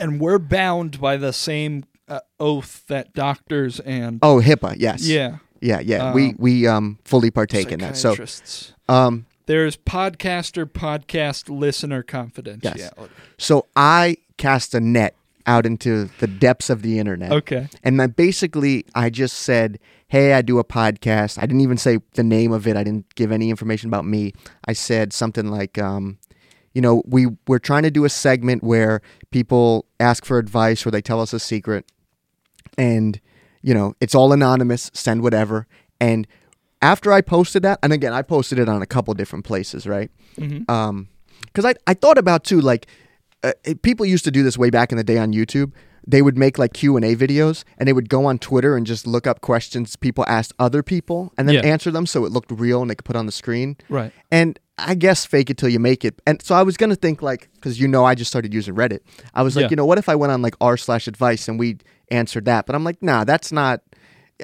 And we're bound by the same uh, oath that doctors and Oh, HIPAA. Yes. yeah Yeah, yeah. we Um, we um fully partake in that. So psychiatrists. um There's podcaster podcast listener confidentiality. so I cast a net out into the depths of the internet. Okay. And then basically I just said, Hey, I do a podcast. I didn't even say the name of it. I didn't give any information about me. I said something like, um, you know, we we're trying to do a segment where people ask for advice or they tell us a secret. and you know it's all anonymous send whatever and after i posted that and again i posted it on a couple different places right Mm-hmm. um because I, I thought about too like uh, it- people used to do this way back in the day on youtube they would make like q&a videos and they would go on twitter and just look up questions people asked other people and then Yeah. answer them so it looked real and they could put on the screen Right. and I guess fake it till you make it. And so I was gonna think like, because you know I just started using Reddit. I was like, Yeah. you know, what if I went on like r slash advice and we answered that? But I'm like, nah, that's not.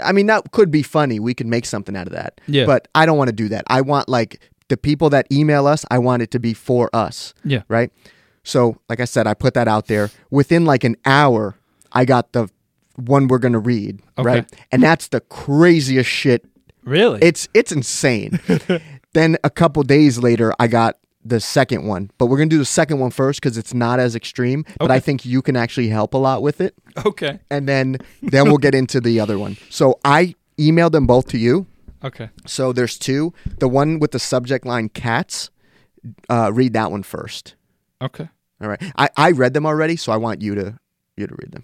I mean, that could be funny. We could make something out of that. Yeah. But I don't want to do that. I want like the people that email us. I want it to be for us. Yeah. Right. So like I said, I put that out there. Within like an hour, I got the one we're gonna read. Okay. Right. And that's the craziest shit Really? it's it's insane. then a couple days later, I got the second one, but we're gonna do the second one first because it's not as extreme. But I think you can actually help a lot with it, okay. and then then we'll get into the other one. So I emailed them both to you. Okay. So there's two. The one with the subject line cats. Uh, read that one first. Okay. All right. I, I read them already, so I want you to you to read them,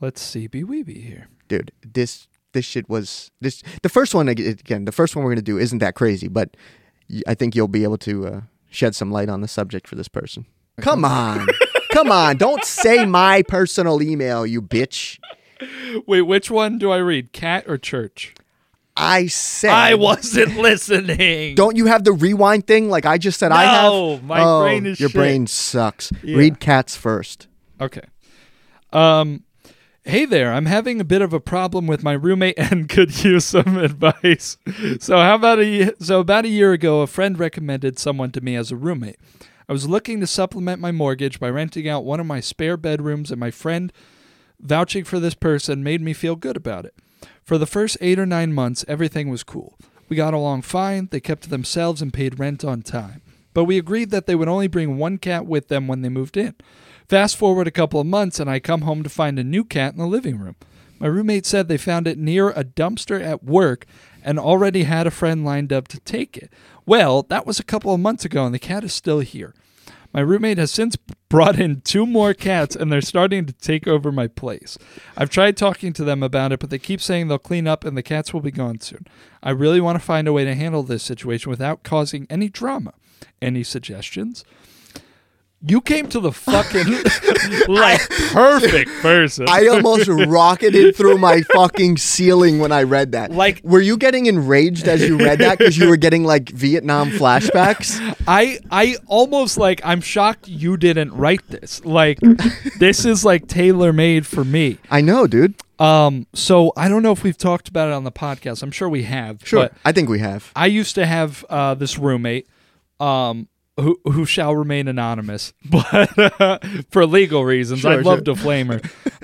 Let's see. Be weeby here. dude. This this shit was this the first one ag- again. The first one we're gonna do isn't that crazy, but y- I think you'll be able to uh, shed some light on the subject for this person. Come on, come on! Don't say my personal email, you bitch. Wait, which one do I read? Cat or church? I said I wasn't listening. Don't you have the rewind thing like I just said I have? No, my Oh, brain is your shit. brain sucks. Yeah. Read cats first. Okay. Um, Hey there, I'm having a bit of a problem with my roommate and could use some advice. So how about a ye- so about a year ago a friend recommended someone to me as a roommate. I was looking to supplement my mortgage by renting out one of my spare bedrooms and my friend vouching for this person made me feel good about it. For the first 8 or 9 months everything was cool. We got along fine, they kept to themselves and paid rent on time. But we agreed that they would only bring one cat with them when they moved in. Fast forward a couple of months, and I come home to find a new cat in the living room. My roommate said they found it near a dumpster at work and already had a friend lined up to take it. Well, that was a couple of months ago, and the cat is still here. My roommate has since brought in two more cats, and they're starting to take over my place. I've tried talking to them about it, but they keep saying they'll clean up and the cats will be gone soon. I really want to find a way to handle this situation without causing any drama. Any suggestions? You came to the fucking like perfect person. I almost rocketed through my fucking ceiling when I read that. Like- were you getting enraged as you read that because you were getting like Vietnam flashbacks? I I almost like I'm shocked you didn't write this. Like this is like tailor made for me. I know, dude. Um so I don't know if we've talked about it on the podcast. I'm sure we have. Sure, But I think we have. I used to have uh, this roommate um who who shall remain anonymous, but uh, for legal reasons. Sure, I'd love sure. to flame her.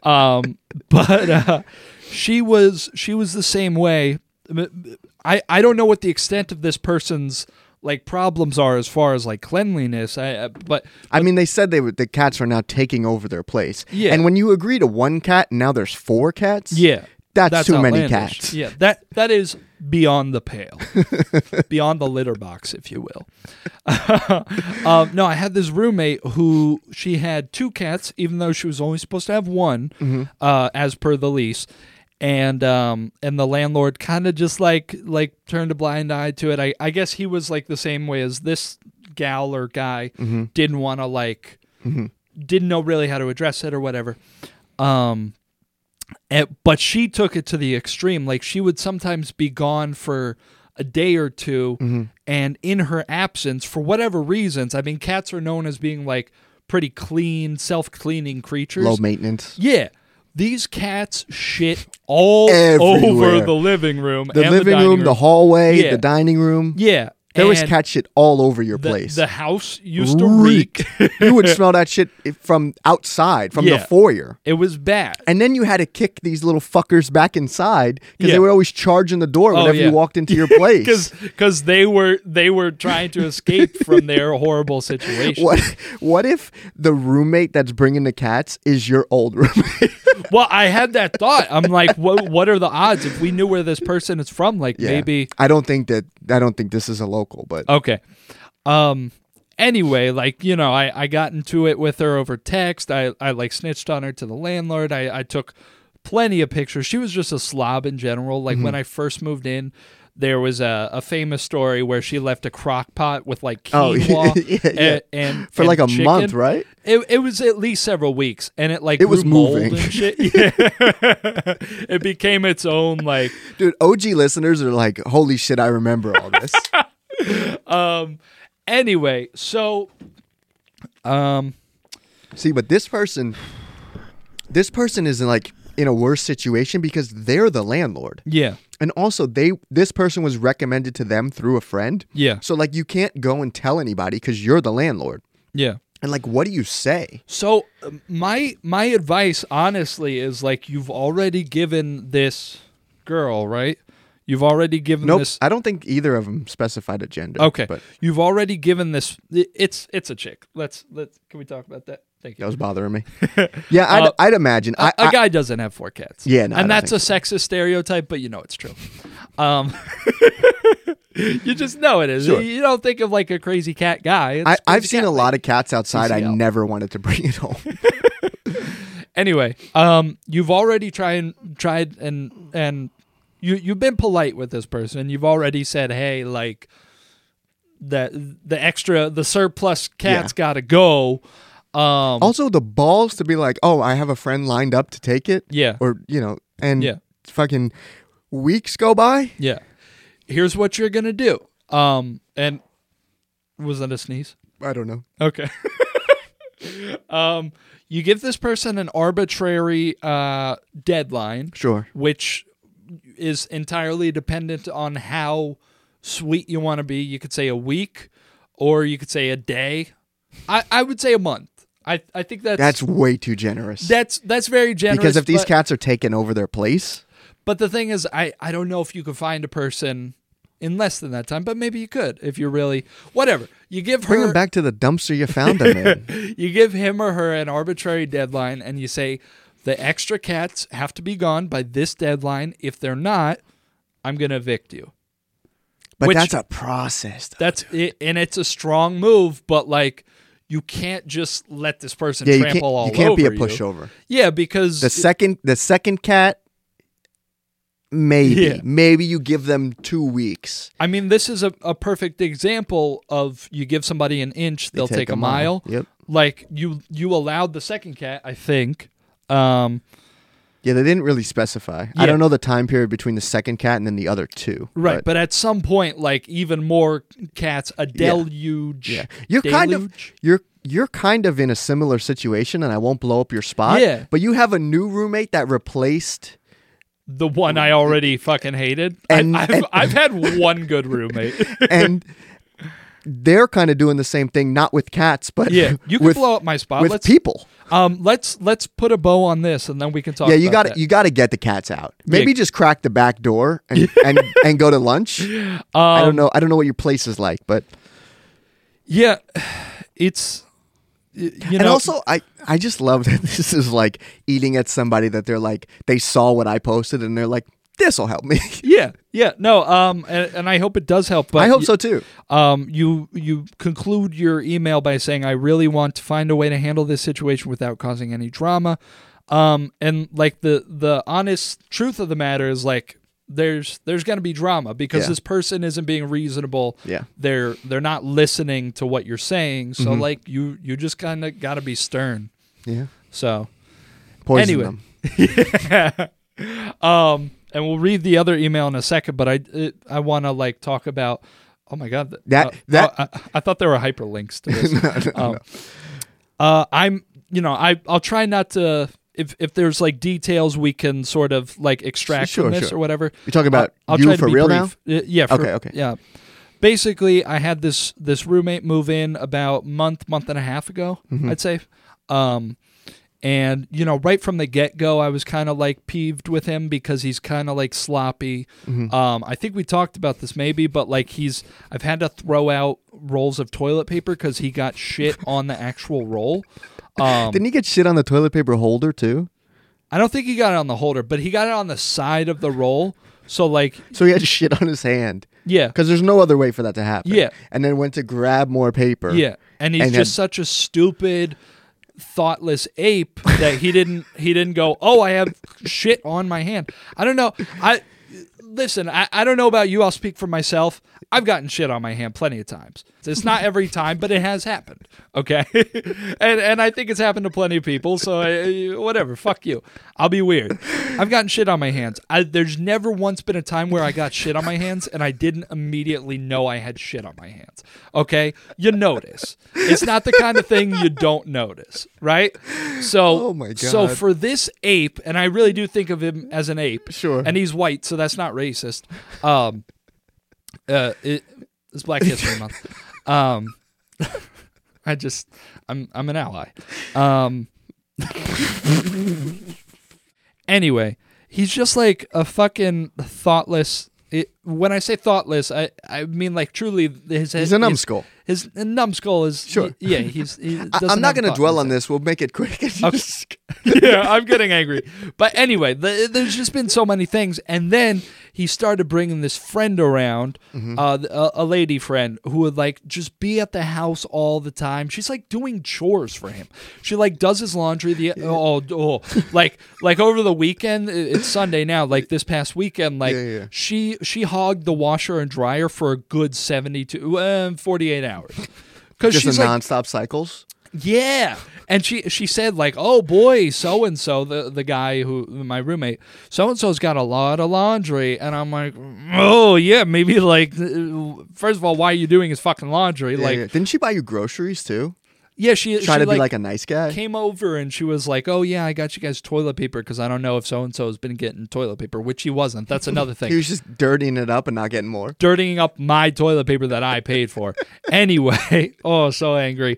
Um but uh, she was she was the same way. I I don't know what the extent of this person's like problems are as far as like cleanliness. I uh, but I mean, they said they were, the cats are now taking over their place. Yeah. And when you agree to one cat, and now there's four cats. Yeah. That's, too many outlandish. cats. Yeah, that that is beyond the pale, beyond the litter box, if you will. um, no, I had this roommate who she had two cats, even though she was only supposed to have one, Mm-hmm. uh, as per the lease, and um, and the landlord kind of just like like turned a blind eye to it. I I guess he was like the same way as this gal or guy Mm-hmm. didn't want to like didn't know really how to address it or whatever. Um, and- but she took it to the extreme. Like she would sometimes be gone for a day or 2 Mm-hmm. and in her absence, for whatever reasons, I mean, cats are known as being like pretty clean, self cleaning creatures. Low maintenance. yeah. These cats shit all Everywhere. over the living room, The and living dining room, the hallway, Yeah. the dining room. Yeah, There was and cat shit all over your the, place. The house used to reek. you would smell that shit i- from outside, from the Yeah. foyer. it was bad. And then you had to kick these little fuckers back inside because Yeah. Oh, they would always charge in the door whenever yeah. you walked into your place. because because they were they were trying to escape from their horrible situation. what, what if the roommate that's bringing the cats is your old roommate? Well, I had that thought. I'm like, what what are the odds if we knew where this person is from? Like Yeah. maybe Oh. I don't think that I don't think this is a local, but okay. Um. Anyway, like you know, I I got into it with her over text. I I like snitched on her to the landlord. I I took plenty of pictures. She was just a slob in general. Like Mm-hmm. when I first moved in. There was a, a famous story where she left a crock pot with like Oh, quinoa yeah, yeah. and, and for like a and month, chicken. right? It, it was at least several weeks, and it like It was grew mold moving. and shit. Yeah. it became its own like Dude, OG listeners are like, holy shit, I remember all this. anyway. So See, but this person, this person is in like in a worse situation because they're the landlord. yeah, And also, they this person was recommended to them through a friend. Yeah. So like, you can't go and tell anybody because you're the landlord. yeah. And like, what do you say? So um, my my advice, honestly, is like you've already given this girl right. You've already given Nope. this. I don't think either of them specified a gender. Okay, But you've already given this. It's it's a chick. Let's let's can we talk about that? Thank you. that was bothering me. yeah, I'd, Uh, I'd imagine. I, A I, guy doesn't have four cats. Yeah, no, I don't and that's a think sexist stereotype, but you know it's true. Um, you just know it is. Sure. You don't think of like a crazy cat guy. It's I, I've crazy seen cat a lady. lot of cats outside. I TCL. never wanted to bring it home. Anyway, um, you've already tried tried and and you you've been polite with this person. You've already said, hey, like that the extra the surplus cat's got to go. Um, also the balls to be like, oh, I have a friend lined up to take it. Yeah. Or you know, and Yeah. fucking weeks go by. Yeah. Here's what you're gonna do. Um, and was that a sneeze? I don't know. Okay. um, you give this person an arbitrary uh, deadline, Sure. which is entirely dependent on how sweet you want to be. You could say a week, or you could say a day. I, I would say a month. I, I think that's That's way too generous. that's that's very generous. because if these but- cats are taking over their place, but the thing is, I, I don't know if you could find a person in less than that time, but maybe you could if you're really whatever. You give bring her them back to the dumpster you found them in. you give him or her an arbitrary deadline and you say the extra cats have to be gone by this deadline. If they're not, I'm gonna evict you. But Which- that's a process. though. That's it and it's a strong move, but like you can't just let this person yeah, you trample can't, all you can't be a over you. pushover. Yeah, because The second the second cat maybe Yeah. maybe you give them 2 weeks. I mean, this is a, a perfect example of you give somebody an inch, they'll take, a, mile. Yep. Like you you allowed the second cat, I think. Um Yeah, they didn't really specify. I Yeah. don't know the time period between the second cat and then the other two. right, but, at some point like even more cats a deluge. Yeah, you're kind of deluge. you're you're kind of in a similar situation, and I won't blow up your spot. Yeah. but you have a new roommate that replaced. the one I already fucking hated. And- I, I've, and- I've had one good roommate. and they're kind of doing the same thing, not with cats, but yeah, you can with, blow up my spot. with Let's people. um let's let's put a bow on this and then we can talk. Yeah, you about got to that. you got to get the cats out. Maybe Yeah. just crack the back door and and, and go to lunch. I Um, don't know. I don't know what your place is like, but Yeah, it's y- you know and also I I just love that this is like eating at somebody that they're like they saw what I posted and they're like this will help me. Yeah, yeah, no, um, and, and I hope it does help. But I hope y- so too. Um, you you conclude your email by saying, "I really want to find a way to handle this situation without causing any drama." Um, and like the the honest truth of the matter is like there's there's gonna be drama because Yeah. this person isn't being reasonable. Yeah. Mm-hmm. they're they're not listening to what you're saying. So like you you just kind of gotta be stern. Yeah, So poison Anyway. them. um, and we'll read the other email in a second, but I it, I want to like talk about. Oh my god, th- That- uh, that- oh, I, I thought there were hyperlinks to this. um, uh, I'm you know I I'll try not to. If, if there's like details we can sort of like extract Sure, from this sure. or whatever, You're talking about I'll, I'll you try for to be real brief. now. Uh, yeah. For, Okay, okay. Yeah. Basically, I had this this roommate move in about month month and a half ago, Mm-hmm. I'd say. Um, and you know, right from the get go, I was kind of like peeved with him because he's kind of like sloppy. Mm-hmm. Um, I think we talked about this maybe, but like he's I've had to throw out rolls of toilet paper because he got shit on the actual roll. Um, Didn't he get shit on the toilet paper holder too? I don't think he got it on the holder, but he got it on the side of the roll. So like, So he had shit on his hand yeah, because there's no other way for that to happen. Yeah. and then went to grab more paper. Yeah, and he's And just then- such a stupid, thoughtless ape that he didn't he didn't go. Oh, I have shit on my hand. I don't know. I listen. I, I don't know about you. I'll speak for myself. I've gotten shit on my hand plenty of times. It's not every time, but it has happened. Okay, and and I think it's happened to plenty of people. So I, whatever. Fuck you. I'll be weird. I've gotten shit on my hands. I, there's never once been a time where I got shit on my hands and I didn't immediately know I had shit on my hands. Okay, you notice. It's not the kind of thing you don't notice, right? So Oh my So God. for this ape, and I really do think of him as an ape. Sure. And he's white, so that's not racist. Um, uh, it, it's Black History Month. Um, I just, I'm, I'm an ally. Um, anyway, he's just like a fucking thoughtless. It, when I say thoughtless, I, I mean like truly his He's a numbskull. His, his numbskull is Sure. Yeah, he's. He I, doesn't am not have going to thought dwell on in his this. We'll make it quick. Okay. yeah, I'm getting angry. But anyway, th there's just been so many things, and then he started bringing this friend around, Mm-hmm. uh, th- a, a lady friend who would like just be at the house all the time. She's like doing chores for him. She like does his laundry. The oh, oh like like over the weekend. i- It's Sunday now. Like this past weekend, like Yeah, yeah. she she hogged the washer and dryer for a good 72, uh, 48 hours. Because Just she's a like nonstop cycles. yeah, and she she said like, "Oh boy, so and so the the guy who my roommate, so and so's got a lot of laundry," and I'm like, "Oh yeah, maybe like, uh, first of all, why are you doing his fucking laundry? Yeah, like, yeah. didn't she buy you groceries too? Yeah, she trying to she, be like, like a eh? nice guy. came over and she was like, "Oh yeah, I got you guys toilet paper because I don't know if so and so has been getting toilet paper, which he wasn't. That's another He thing. was just dirtying it up and not getting more. Dirtying up my toilet paper that I paid for. anyway, oh so angry.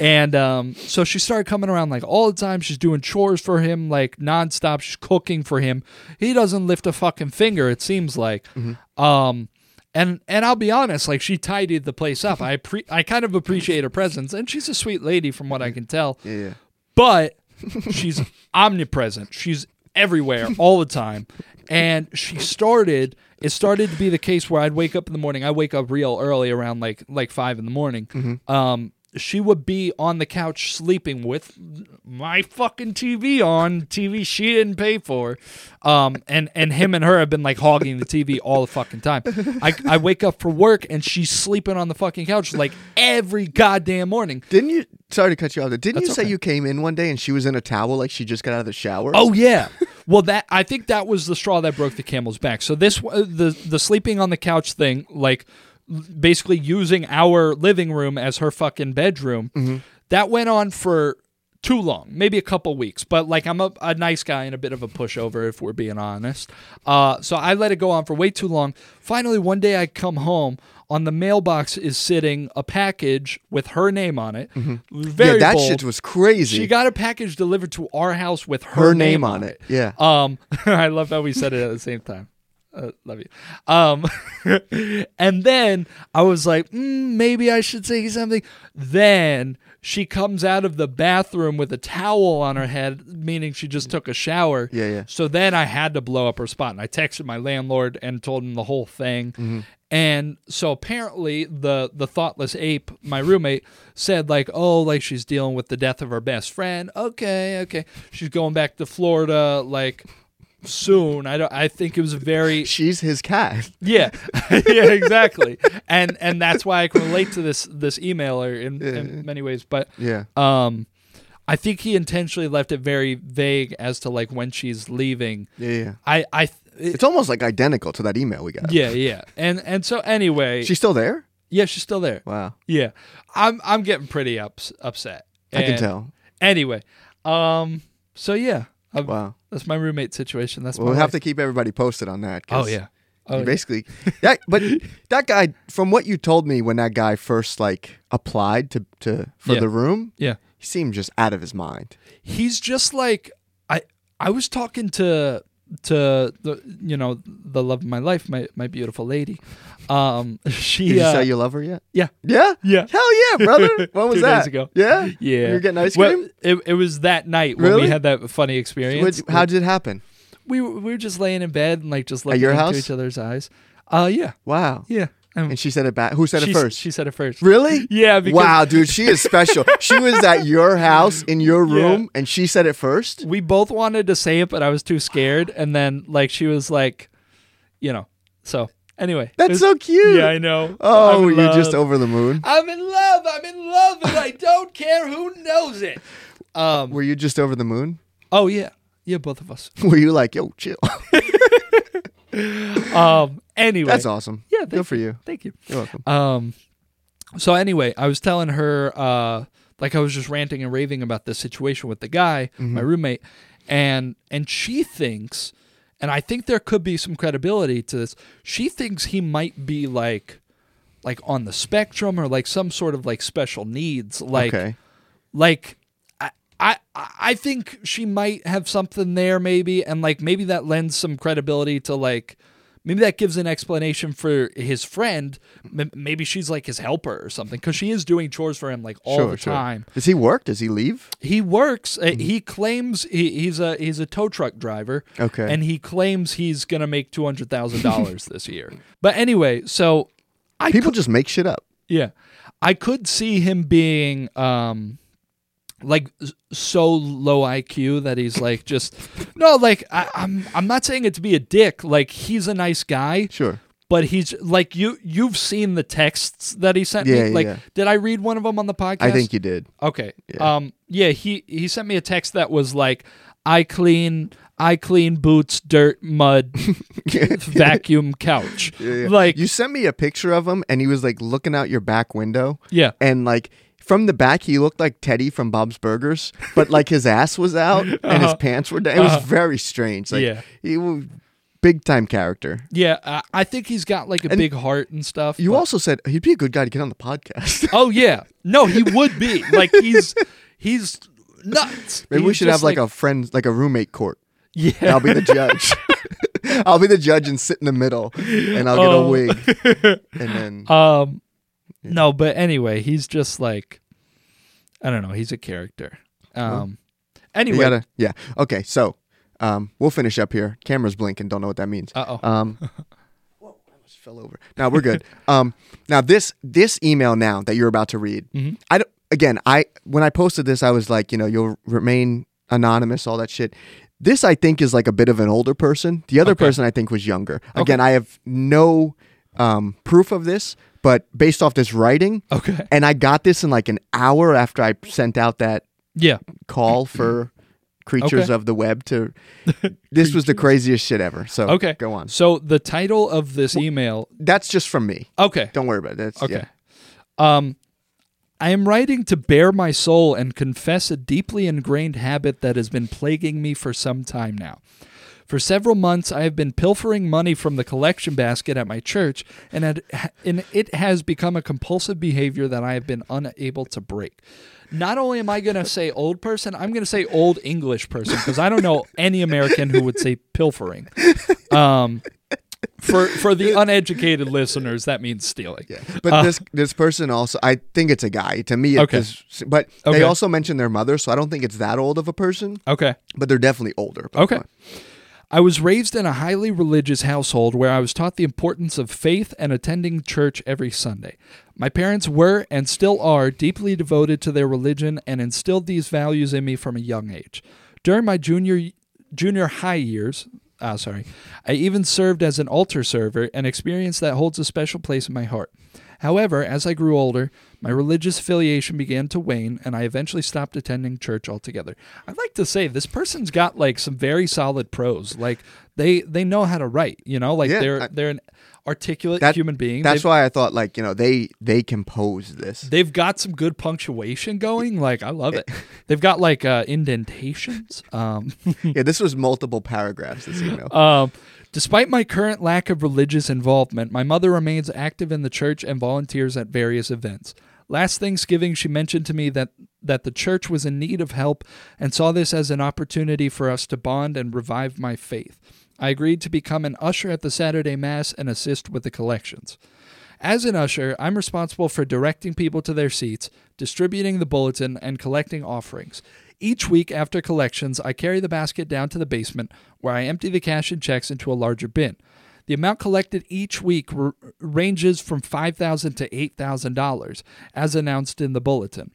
And um, so she started coming around like all the time. She's doing chores for him like nonstop. She's cooking for him. He doesn't lift a fucking finger. It seems like. Mm-hmm. Um, and and I'll be honest, like she tidied the place up. I pre- I kind of appreciate her presence, and she's a sweet lady from what I can tell Yeah, yeah. but she's omnipresent. She's everywhere all the time. And she started it started to be the case where I'd wake up in the morning. I wake up real early around like like five in the morning. Um she would be on the couch sleeping with my fucking TV on, TV she didn't pay for. Um and and him and her have been like hogging the TV all the fucking time. I I wake up for work and she's sleeping on the fucking couch like every goddamn morning. Didn't you? Sorry to cut you off. There. Didn't you That's say okay. you came in one day and she was in a towel, like she just got out of the shower? Oh yeah. Well, that I think that was the straw that broke the camel's back. So this uh, the the sleeping on the couch thing, like basically using our living room as her fucking bedroom, Mm-hmm. that went on for too long, maybe a couple weeks. But like I'm a, a nice guy and a bit of a pushover, if we're being honest. Uh, so I let it go on for way too long. Finally, one day I come home. On the mailbox is sitting a package with her name on it. Mm-hmm. yeah, Very that bold. shit was crazy. She got a package delivered to our house with her, her name on it. Yeah. Um, I love how we said it at the same time. Uh, love you. Um, and then I was like, mm, maybe I should say something. Then she comes out of the bathroom with a towel on her head, meaning she just took a shower. Yeah, yeah. So then I had to blow up her spot, and I texted my landlord and told him the whole thing. And so apparently, the the thoughtless ape, my roommate, said like, "Oh, like she's dealing with the death of her best friend. Okay, okay, she's going back to Florida like soon. I don't. I think it was a very She's his cat. yeah, yeah, exactly. and and that's why I can relate to this this emailer in, in many ways. But Yeah. um, I think he intentionally left it very vague as to like when she's leaving. Yeah, yeah. I I. It, It's almost like identical to that email we got. yeah, yeah, and and so anyway, She's still there? yeah, she's still there. Wow. Yeah, I'm I'm getting pretty ups, upset. I can And tell. Anyway, um, so yeah, I'm- Wow. that's my roommate situation. That's Well, my we have life. to keep everybody posted on that. Oh 'cause yeah, you oh, yeah. basically, that, but that guy, from what you told me when that guy first like applied to, to for Yeah. the room, yeah. he seemed just out of his mind. he's just like I I was talking to to the you know the love of my life my my beautiful lady um she Did uh, you say you love her yet? yeah Yeah, Yeah. hell yeah, brother. When was Two days that? ago. Yeah, yeah You were getting ice Well, cream. it, it was that night when Really? we had that funny experience What- how did it happen? we were, we were just laying in bed and like just looking your into house? each other's eyes uh yeah Wow. yeah Um, And she said it back. Who said she it s- first? she said it first Really? Yeah, because- wow, dude, she is special. she was at your house in your room, and she said it first. we both wanted to say it but I was too scared and then like she was like you know so anyway it That's was- so cute. yeah I know Oh, I'm in you're just love. over the moon. I'm in love. I'm in love, and I don't care who knows it. Um. Were you just over the moon? Oh yeah, yeah, both of us. Were you like, yo, chill? Um. Anyway, That's awesome. Yeah. Thank good for you. Thank you. You're welcome. Um. So anyway, I was telling her, uh, like I was just ranting and raving about this situation with the guy, my roommate, and and she thinks, and I think there could be some credibility to this. She thinks he might be like, like on the spectrum or like some sort of like special needs, like. okay. like I, I I think she might have something there maybe and like maybe that lends some credibility to like maybe that gives an explanation for his friend M- maybe she's like his helper or something cuz she is doing chores for him like all sure, the sure. time Does he work? Does he leave? he works uh, he claims he, he's a he's a tow truck driver Okay. and he claims he's going to make $200,000 this year but anyway so I People just make shit up. yeah. I could see him being um like s- so low IQ that he's like just no like I, I'm I'm not saying it to be a dick like he's a nice guy Sure. but he's like you you've seen the texts that he sent Yeah, me yeah, like yeah. did I read one of them on the podcast I think you did. Okay. Um yeah, he he sent me a text that was like I clean I clean boots dirt mud vacuum couch like you sent me a picture of him, and he was like looking out your back window. Yeah. And like From the back, he looked like Teddy from Bob's Burgers, but like his ass was out and his pants were down. It was very strange. Like Uh-huh. Yeah. he was big time character. Yeah, I, I think he's got like a big heart and stuff. You but- also said he'd be a good guy to get on the podcast. Oh yeah, no, he would be like he's he's nuts. Maybe we He's should just have like, a friend, like a roommate court. And yeah. I'll be the judge. I'll be the judge and sit in the middle, and I'll get a Oh. wig, and then Um, no, but anyway, he's just like I don't know. He's a character. Um, you anyway, gotta, yeah. Okay, so um, we'll finish up here. Cameras blinking. Don't know what that means. Uh-oh. Um, whoa, I almost fell over. Now we're good. um, now this this email now that you're about to read. Mm-hmm. I don't, again, I when I posted this, I was like, you know, you'll remain anonymous, all that shit. This I think is like a bit of an older person. The other person I think was younger. Again, I have no um, proof of this, but based off this writing, okay, and I got this in like an hour after I sent out that yeah, call for creatures Okay. of the web to this was the craziest shit ever so okay. go on So the title of this email. that's just from me Okay, don't worry about it that's Okay. yeah. Um, I am writing to bare my soul and confess a deeply ingrained habit that has been plaguing me for some time now. For several months, I have been pilfering money from the collection basket at my church, and had- and it has become a compulsive behavior that I have been unable to break. Not only am I going to say old person, I'm going to say old English person because I don't know any American who would say pilfering. Um, for for the uneducated listeners, that means stealing. but this this person also i think it's a guy to me it Uh, Okay. is- but Okay. they also mentioned their mother so i don't think it's that old of a person Okay. but they're definitely older But Okay. I was raised in a highly religious household where I was taught the importance of faith and attending church every Sunday. My parents were and still are deeply devoted to their religion and instilled these values in me from a young age. During my junior junior high years, ah sorry, I even served as an altar server, an experience that holds a special place in my heart. However, as I grew older, my religious affiliation began to wane and I eventually stopped attending church altogether. I'd like to say this person's got like some very solid pros. Like they they know how to write, you know? Like Yeah, they're I- they're an articulate that- human being. that's they've, why i thought like you know they they compose this they've got some good punctuation going. Like I love it. They've got like uh indentations. Um yeah this was multiple paragraphs this email Um, despite my current lack of religious involvement, my mother remains active in the church and volunteers at various events. Last Thanksgiving, she mentioned to me that, that the church was in need of help and saw this as an opportunity for us to bond and revive my faith. I agreed to become an usher at the Saturday Mass and assist with the collections. As an usher, I'm responsible for directing people to their seats, distributing the bulletin, and collecting offerings. Each week after collections, I carry the basket down to the basement where I empty the cash and checks into a larger bin. The amount collected each week r- ranges from $5,000 to $8,000, as announced in the bulletin.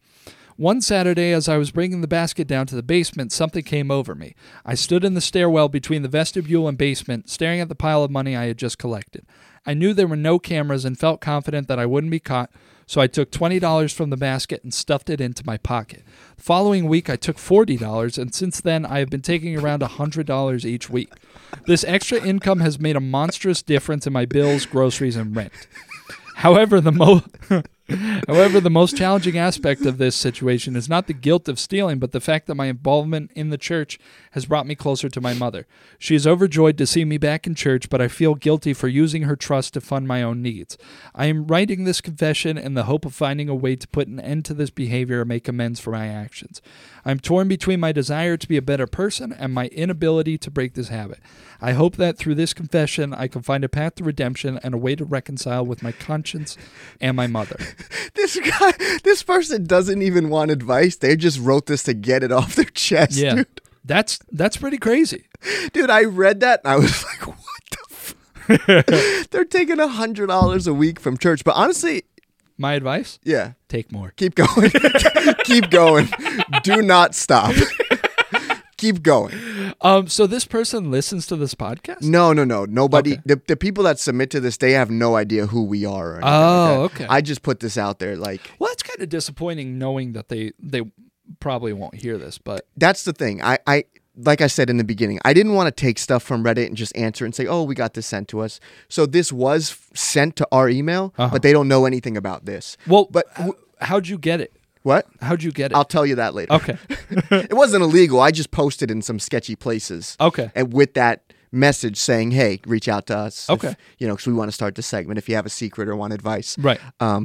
One Saturday, as I was bringing the basket down to the basement, something came over me. I stood in the stairwell between the vestibule and basement, staring at the pile of money I had just collected. I knew there were no cameras and felt confident that I wouldn't be caught, so I took $20 from the basket and stuffed it into my pocket. The following week, I took $40, and since then, I have been taking around $100 each week. This extra income has made a monstrous difference in my bills, groceries, and rent. However, the most However, the most challenging aspect of this situation is not the guilt of stealing, but the fact that my involvement in the church has brought me closer to my mother. She is overjoyed to see me back in church, but I feel guilty for using her trust to fund my own needs. I am writing this confession in the hope of finding a way to put an end to this behavior and make amends for my actions. I'm torn between my desire to be a better person and my inability to break this habit. I hope that through this confession, I can find a path to redemption and a way to reconcile with my conscience and my mother. this guy this person doesn't even want advice they just wrote this to get it off their chest Yeah. dude. That's that's pretty crazy. Dude, I read that and I was like, what the fuck? They're taking a hundred dollars a week from church. But honestly, My advice? yeah, Take more. keep going. keep going. Do not stop. keep going. Um so this person listens to this podcast? No, no, no. Nobody Okay. the, the people that submit to this, they have no idea who we are. Or anything Oh, like that. okay. I just put this out there like Well, that's kind of disappointing knowing that they they probably won't hear this, but that's the thing. I, I like I said in the beginning, I didn't want to take stuff from Reddit and just answer and say, "Oh, we got this sent to us." So this was f- sent to our email, but they don't know anything about this. Uh-huh. well, but but how'd you get it? What? How'd you get it? I'll tell you that later. okay. it wasn't illegal. I just posted in some sketchy places. Okay. And with that message saying, "Hey, reach out to us." if- Okay. you know, because we want to start the segment. If you have a secret or want advice, Right. Uh,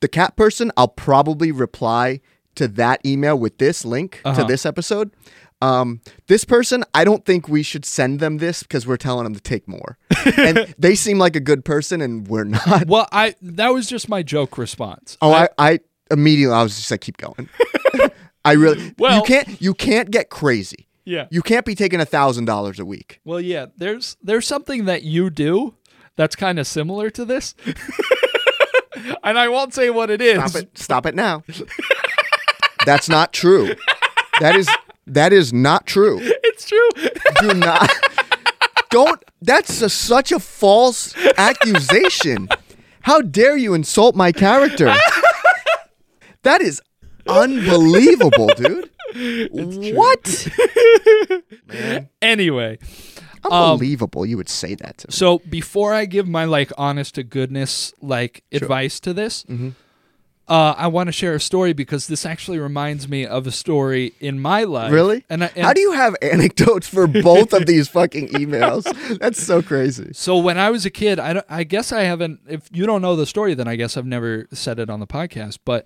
the cat person, I'll probably reply to that email with this link Uh-huh. to this episode. Um, this person, I don't think we should send them this because we're telling them to take more, and they seem like a good person, and we're not. Well, I that was just my joke response. Oh, I, I immediately, I was just like, keep going. I really, Well- you can't, you can't get crazy. Yeah. You can't be taking a thousand dollars a week. Well, yeah, there's there's something that you do that's kind of similar to this. and I won't say what it is. Stop it! Stop it now. That's not true. That is that is not true. It's true. do not don't that's a, such a false accusation how dare you insult my character that is unbelievable dude what anyway, Um, unbelievable you would say that to me. so before I give my like honest to goodness like advice to this, Mm-hmm. uh, I want to share a story because this actually reminds me of a story in my life. really And, I, and how do you have anecdotes for both of these fucking emails that's so crazy So when I was a kid, I, don't- I guess I haven't. If you don't know the story, then I guess I've never said it on the podcast. But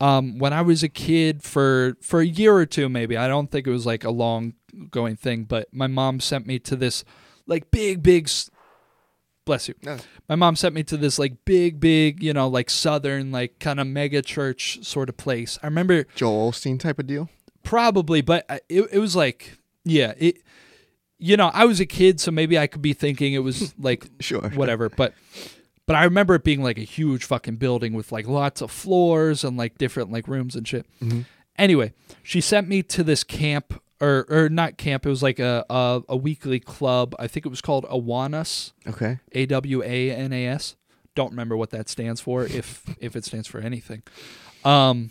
um, when I was a kid, for for a year or two, maybe I don't think it was like a long going thing. But my mom sent me to this like big, big. s- Bless you. My mom sent me to this like big, big, you know, like southern, like kind of mega church sort of place. I remember joel Olstein type of deal probably but I- it, it was like yeah it you know i was a kid so maybe i could be thinking it was like Sure. whatever but but i remember it being like a huge fucking building with like lots of floors and like different like rooms and shit anyway she sent me to this camp or or not camp it was like a a, a weekly club i think it was called awanas okay a W A N A S. Don't remember what that stands for, if if it stands for anything. Um,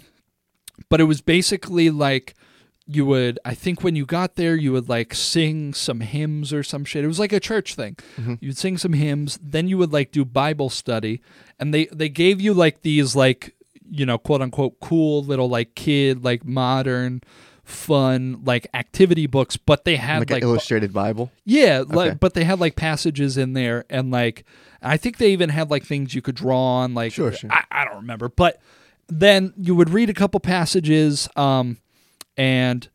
but it was basically like you would. I think when you got there, you would like sing some hymns or some shit. It was like a church thing. You'd sing some hymns, then you would like do Bible study, and they they gave you like these like you know quote unquote cool little like kid like modern fun like activity books but they had like, like, an illustrated bible yeah, like, but they had like passages in there, and like I think they even had like things you could draw on. Like, Sure, sure. I, I don't remember, but then you would read a couple passages, um, and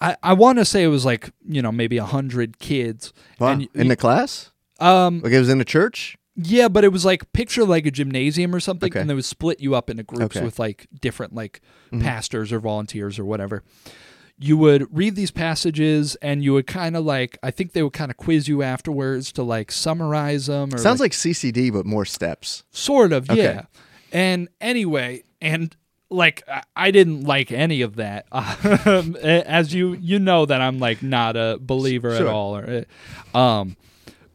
I I want to say it was like you know maybe a hundred kids, wow. and in the class um like it was in the church yeah, but it was like picture like a gymnasium or something, Okay. and they would split you up into groups Okay. Mm-hmm. with like different like pastors or volunteers or whatever. You would read these passages, and you would kind of like I think they would kind of quiz you afterwards to like summarize them. Or sounds like ccd but more steps Sort of, yeah. And anyway, and like I- I didn't like any of that. Um, As you you know that I'm like not a believer at Sure. all. Or, uh, um,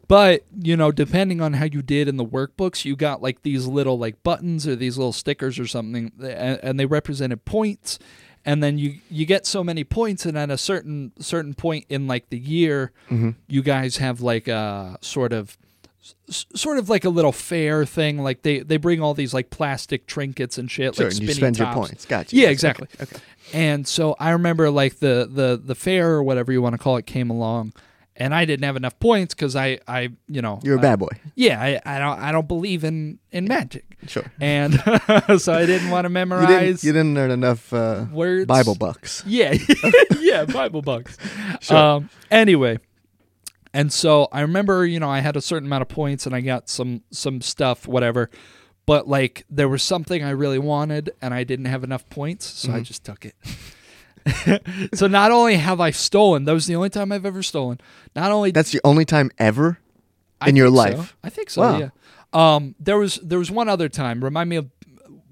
but you know, depending on how you did in the workbooks, you got like these little like buttons or these little stickers or something, eh, and, and they represented points. And then you you get so many points, and at a certain certain point in like the year, you guys have like a sort of sort of like a little fair thing. Like they they bring all these like plastic trinkets and shit. Sure, like and you spinny spend your tops. points. Gotcha. Yeah, Gotcha. exactly. Okay, And so I remember like the the the fair or whatever you want to call it came along, and I didn't have enough points because I I you know You're a I- bad boy. yeah I, I don't I don't believe in in magic. Sure. And so I didn't want to You didn't, memorize. you didn't earn enough uh, Words. Bible bucks. Yeah, yeah, Bible bucks. Um, anyway, and so I remember, you know, I had a certain amount of points, and I got some some stuff, whatever. But like, there was something I really wanted, and I didn't have enough points, so Mm-hmm. I just took it. so not only have I stolen, that was the only time I've ever stolen. Not only That's the only time ever I in your think so. life. I think so. Wow. Yeah. Um, there was there was one other time. Remind me of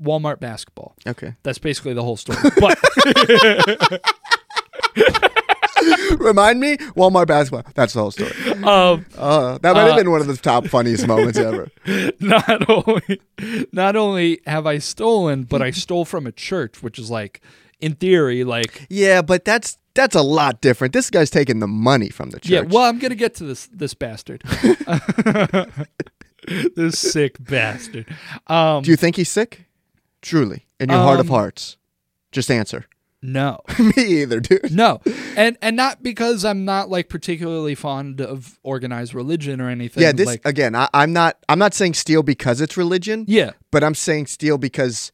Walmart basketball. Okay. That's basically the whole story. But Remind me, Walmart basketball. That's the whole story. um, Uh, that might have been one of the top funniest moments ever. not only not only have I stolen, but I stole from a church, which is like in theory, like Yeah, but that's that's a lot different. This guy's taking the money from the church. yeah. Well, I'm gonna get to this this bastard, this sick bastard. Um, Do you think he's sick? Truly, in your heart of Um, hearts, just answer. No. Me either, dude. No. And and not because I'm not like particularly fond of organized religion or anything. Yeah, this uh, like, again. I, I'm not. I'm not saying steal because it's religion. Yeah. but I'm saying steal because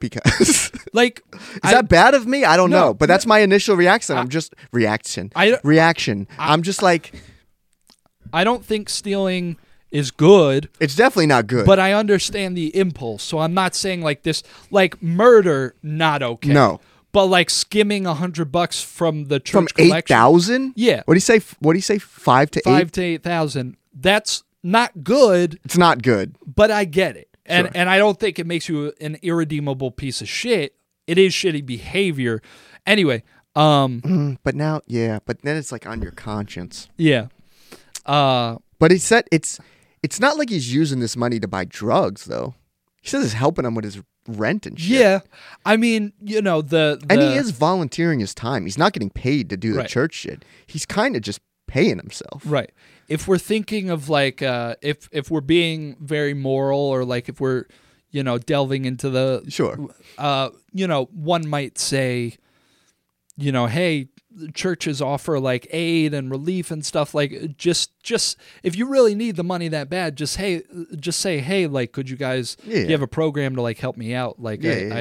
because. Like Is I, that bad of me? I don't No, know, but that's my initial reaction. I'm just reaction. I- reaction. I, am just like I don't think stealing is good, it's definitely not good. but I understand the impulse. So I'm not saying like this like murder not okay. No. But like skimming a hundred bucks from the church from eight collection, thousand. Yeah. What do you say? What do you say? Five to five eight. to eight thousand. That's not good, It's not good. but I get it. And and I don't think it makes you an irredeemable piece of shit. It is shitty behavior. Anyway, um Mm, But now, yeah. But then it's like on your conscience. yeah. Uh But he said it's it's not like he's using this money to buy drugs though. He says it's helping him with his rent and shit. yeah. I mean, you know, the, And the- he is volunteering his time. He's not getting paid to do the Right. church shit. He's kind of just paying himself. Right. If we're thinking of like uh if if we're being very moral or like if we're you know delving into the Sure. uh you know one might say you know hey the churches offer like aid and relief and stuff like just just if you really need the money that bad just hey just say hey like could you guys do Yeah. you have a program to like help me out like Yeah, I, yeah, I-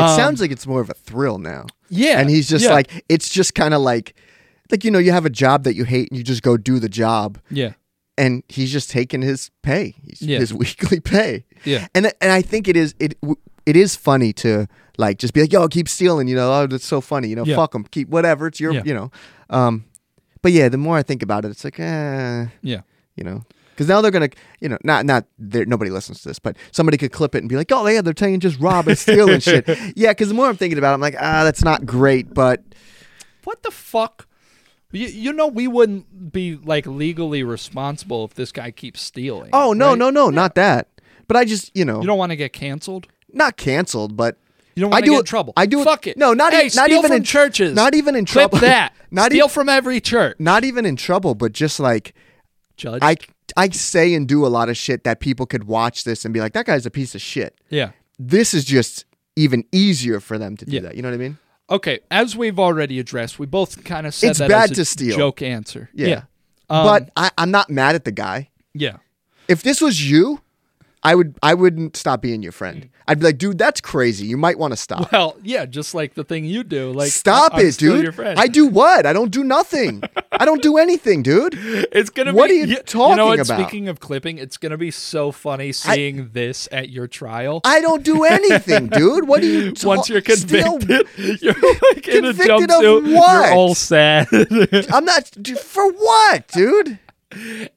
yeah. It sounds like it's more of a thrill now. um, Yeah, And he's just yeah. like, it's just kind of like, like, you know, you have a job that you hate and you just go do the job. yeah And he's just taking his pay, he's, Yeah. his weekly pay. Yeah. And th- and I think it is it w- it is funny to like just be like, yo, keep stealing, you know, oh, that's so funny, you know, Yeah. fuck them, keep whatever, it's your, Yeah. you know. Um, but yeah, the more I think about it, it's like, eh, yeah you know because now they're gonna you know not not there nobody listens to this but somebody could clip it and be like oh yeah they're telling you just rob and steal and shit yeah because the more i'm thinking about it i'm like ah that's not great but What the fuck? You, you know we wouldn't be like legally responsible if this guy keeps stealing. oh no right? no no not that but i just you know You don't want to get canceled. not canceled but You don't I want to do get it- in trouble. I do it- Fuck it. no, not hey, e- not steal even from in- churches. not even in Clip trouble. That Not steal e- from every church. not even in trouble but just like Judge. i i say and do a lot of shit that people could watch this and be like that guy's a piece of shit yeah. this is just even easier for them to do Yeah. that you know what i mean Okay. As we've already addressed, we both kind of said It's that bad as a to steal. Joke answer. yeah, Um, but I, i'm not mad at the guy yeah. if this was you, I would I wouldn't stop being your friend. I'd be like, dude, that's crazy. You might want to stop. Mm. Well, yeah, just like the thing you do. Like stop I- I'm it, still dude. Your friend. I do what? I don't do nothing. I don't do anything, dude. It's gonna. What be, are you y- talking know what, about? Speaking of clipping, it's gonna be so funny seeing this at your trial. I don't do anything, dude. What do you ta- Once you're steal- convicted, you're like in a Convicted of jumpsuit. what? You're all sad. I'm not dude, for what, dude?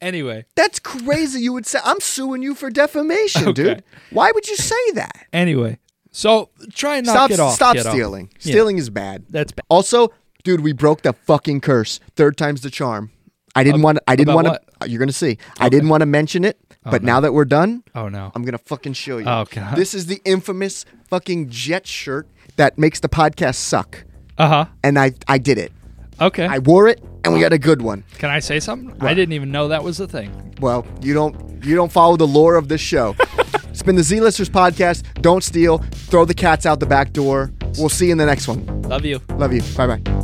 anyway, That's crazy. You would say I'm suing you for defamation, dude. Why would you say that? anyway. So try and knock Stop it off. stop kiddo. stealing. Yeah. Stealing is bad. That's bad. Also, dude, we broke the fucking curse. Third time's the charm. I didn't want. I didn't about want to. You're gonna see. I didn't want to mention it, but now that we're done, Oh no. I'm gonna fucking show you. Oh, God. This is the infamous fucking jet shirt that makes the podcast suck, Uh huh. and I I did it. Okay. I wore it, and we got a good one. Can I say something? I didn't even know that was a thing. Well, you don't you don't follow the lore of this show. it's been the Z Listers podcast. Don't steal. Throw the cats out the back door. We'll see you in the next one. Love you. Love you. Bye bye.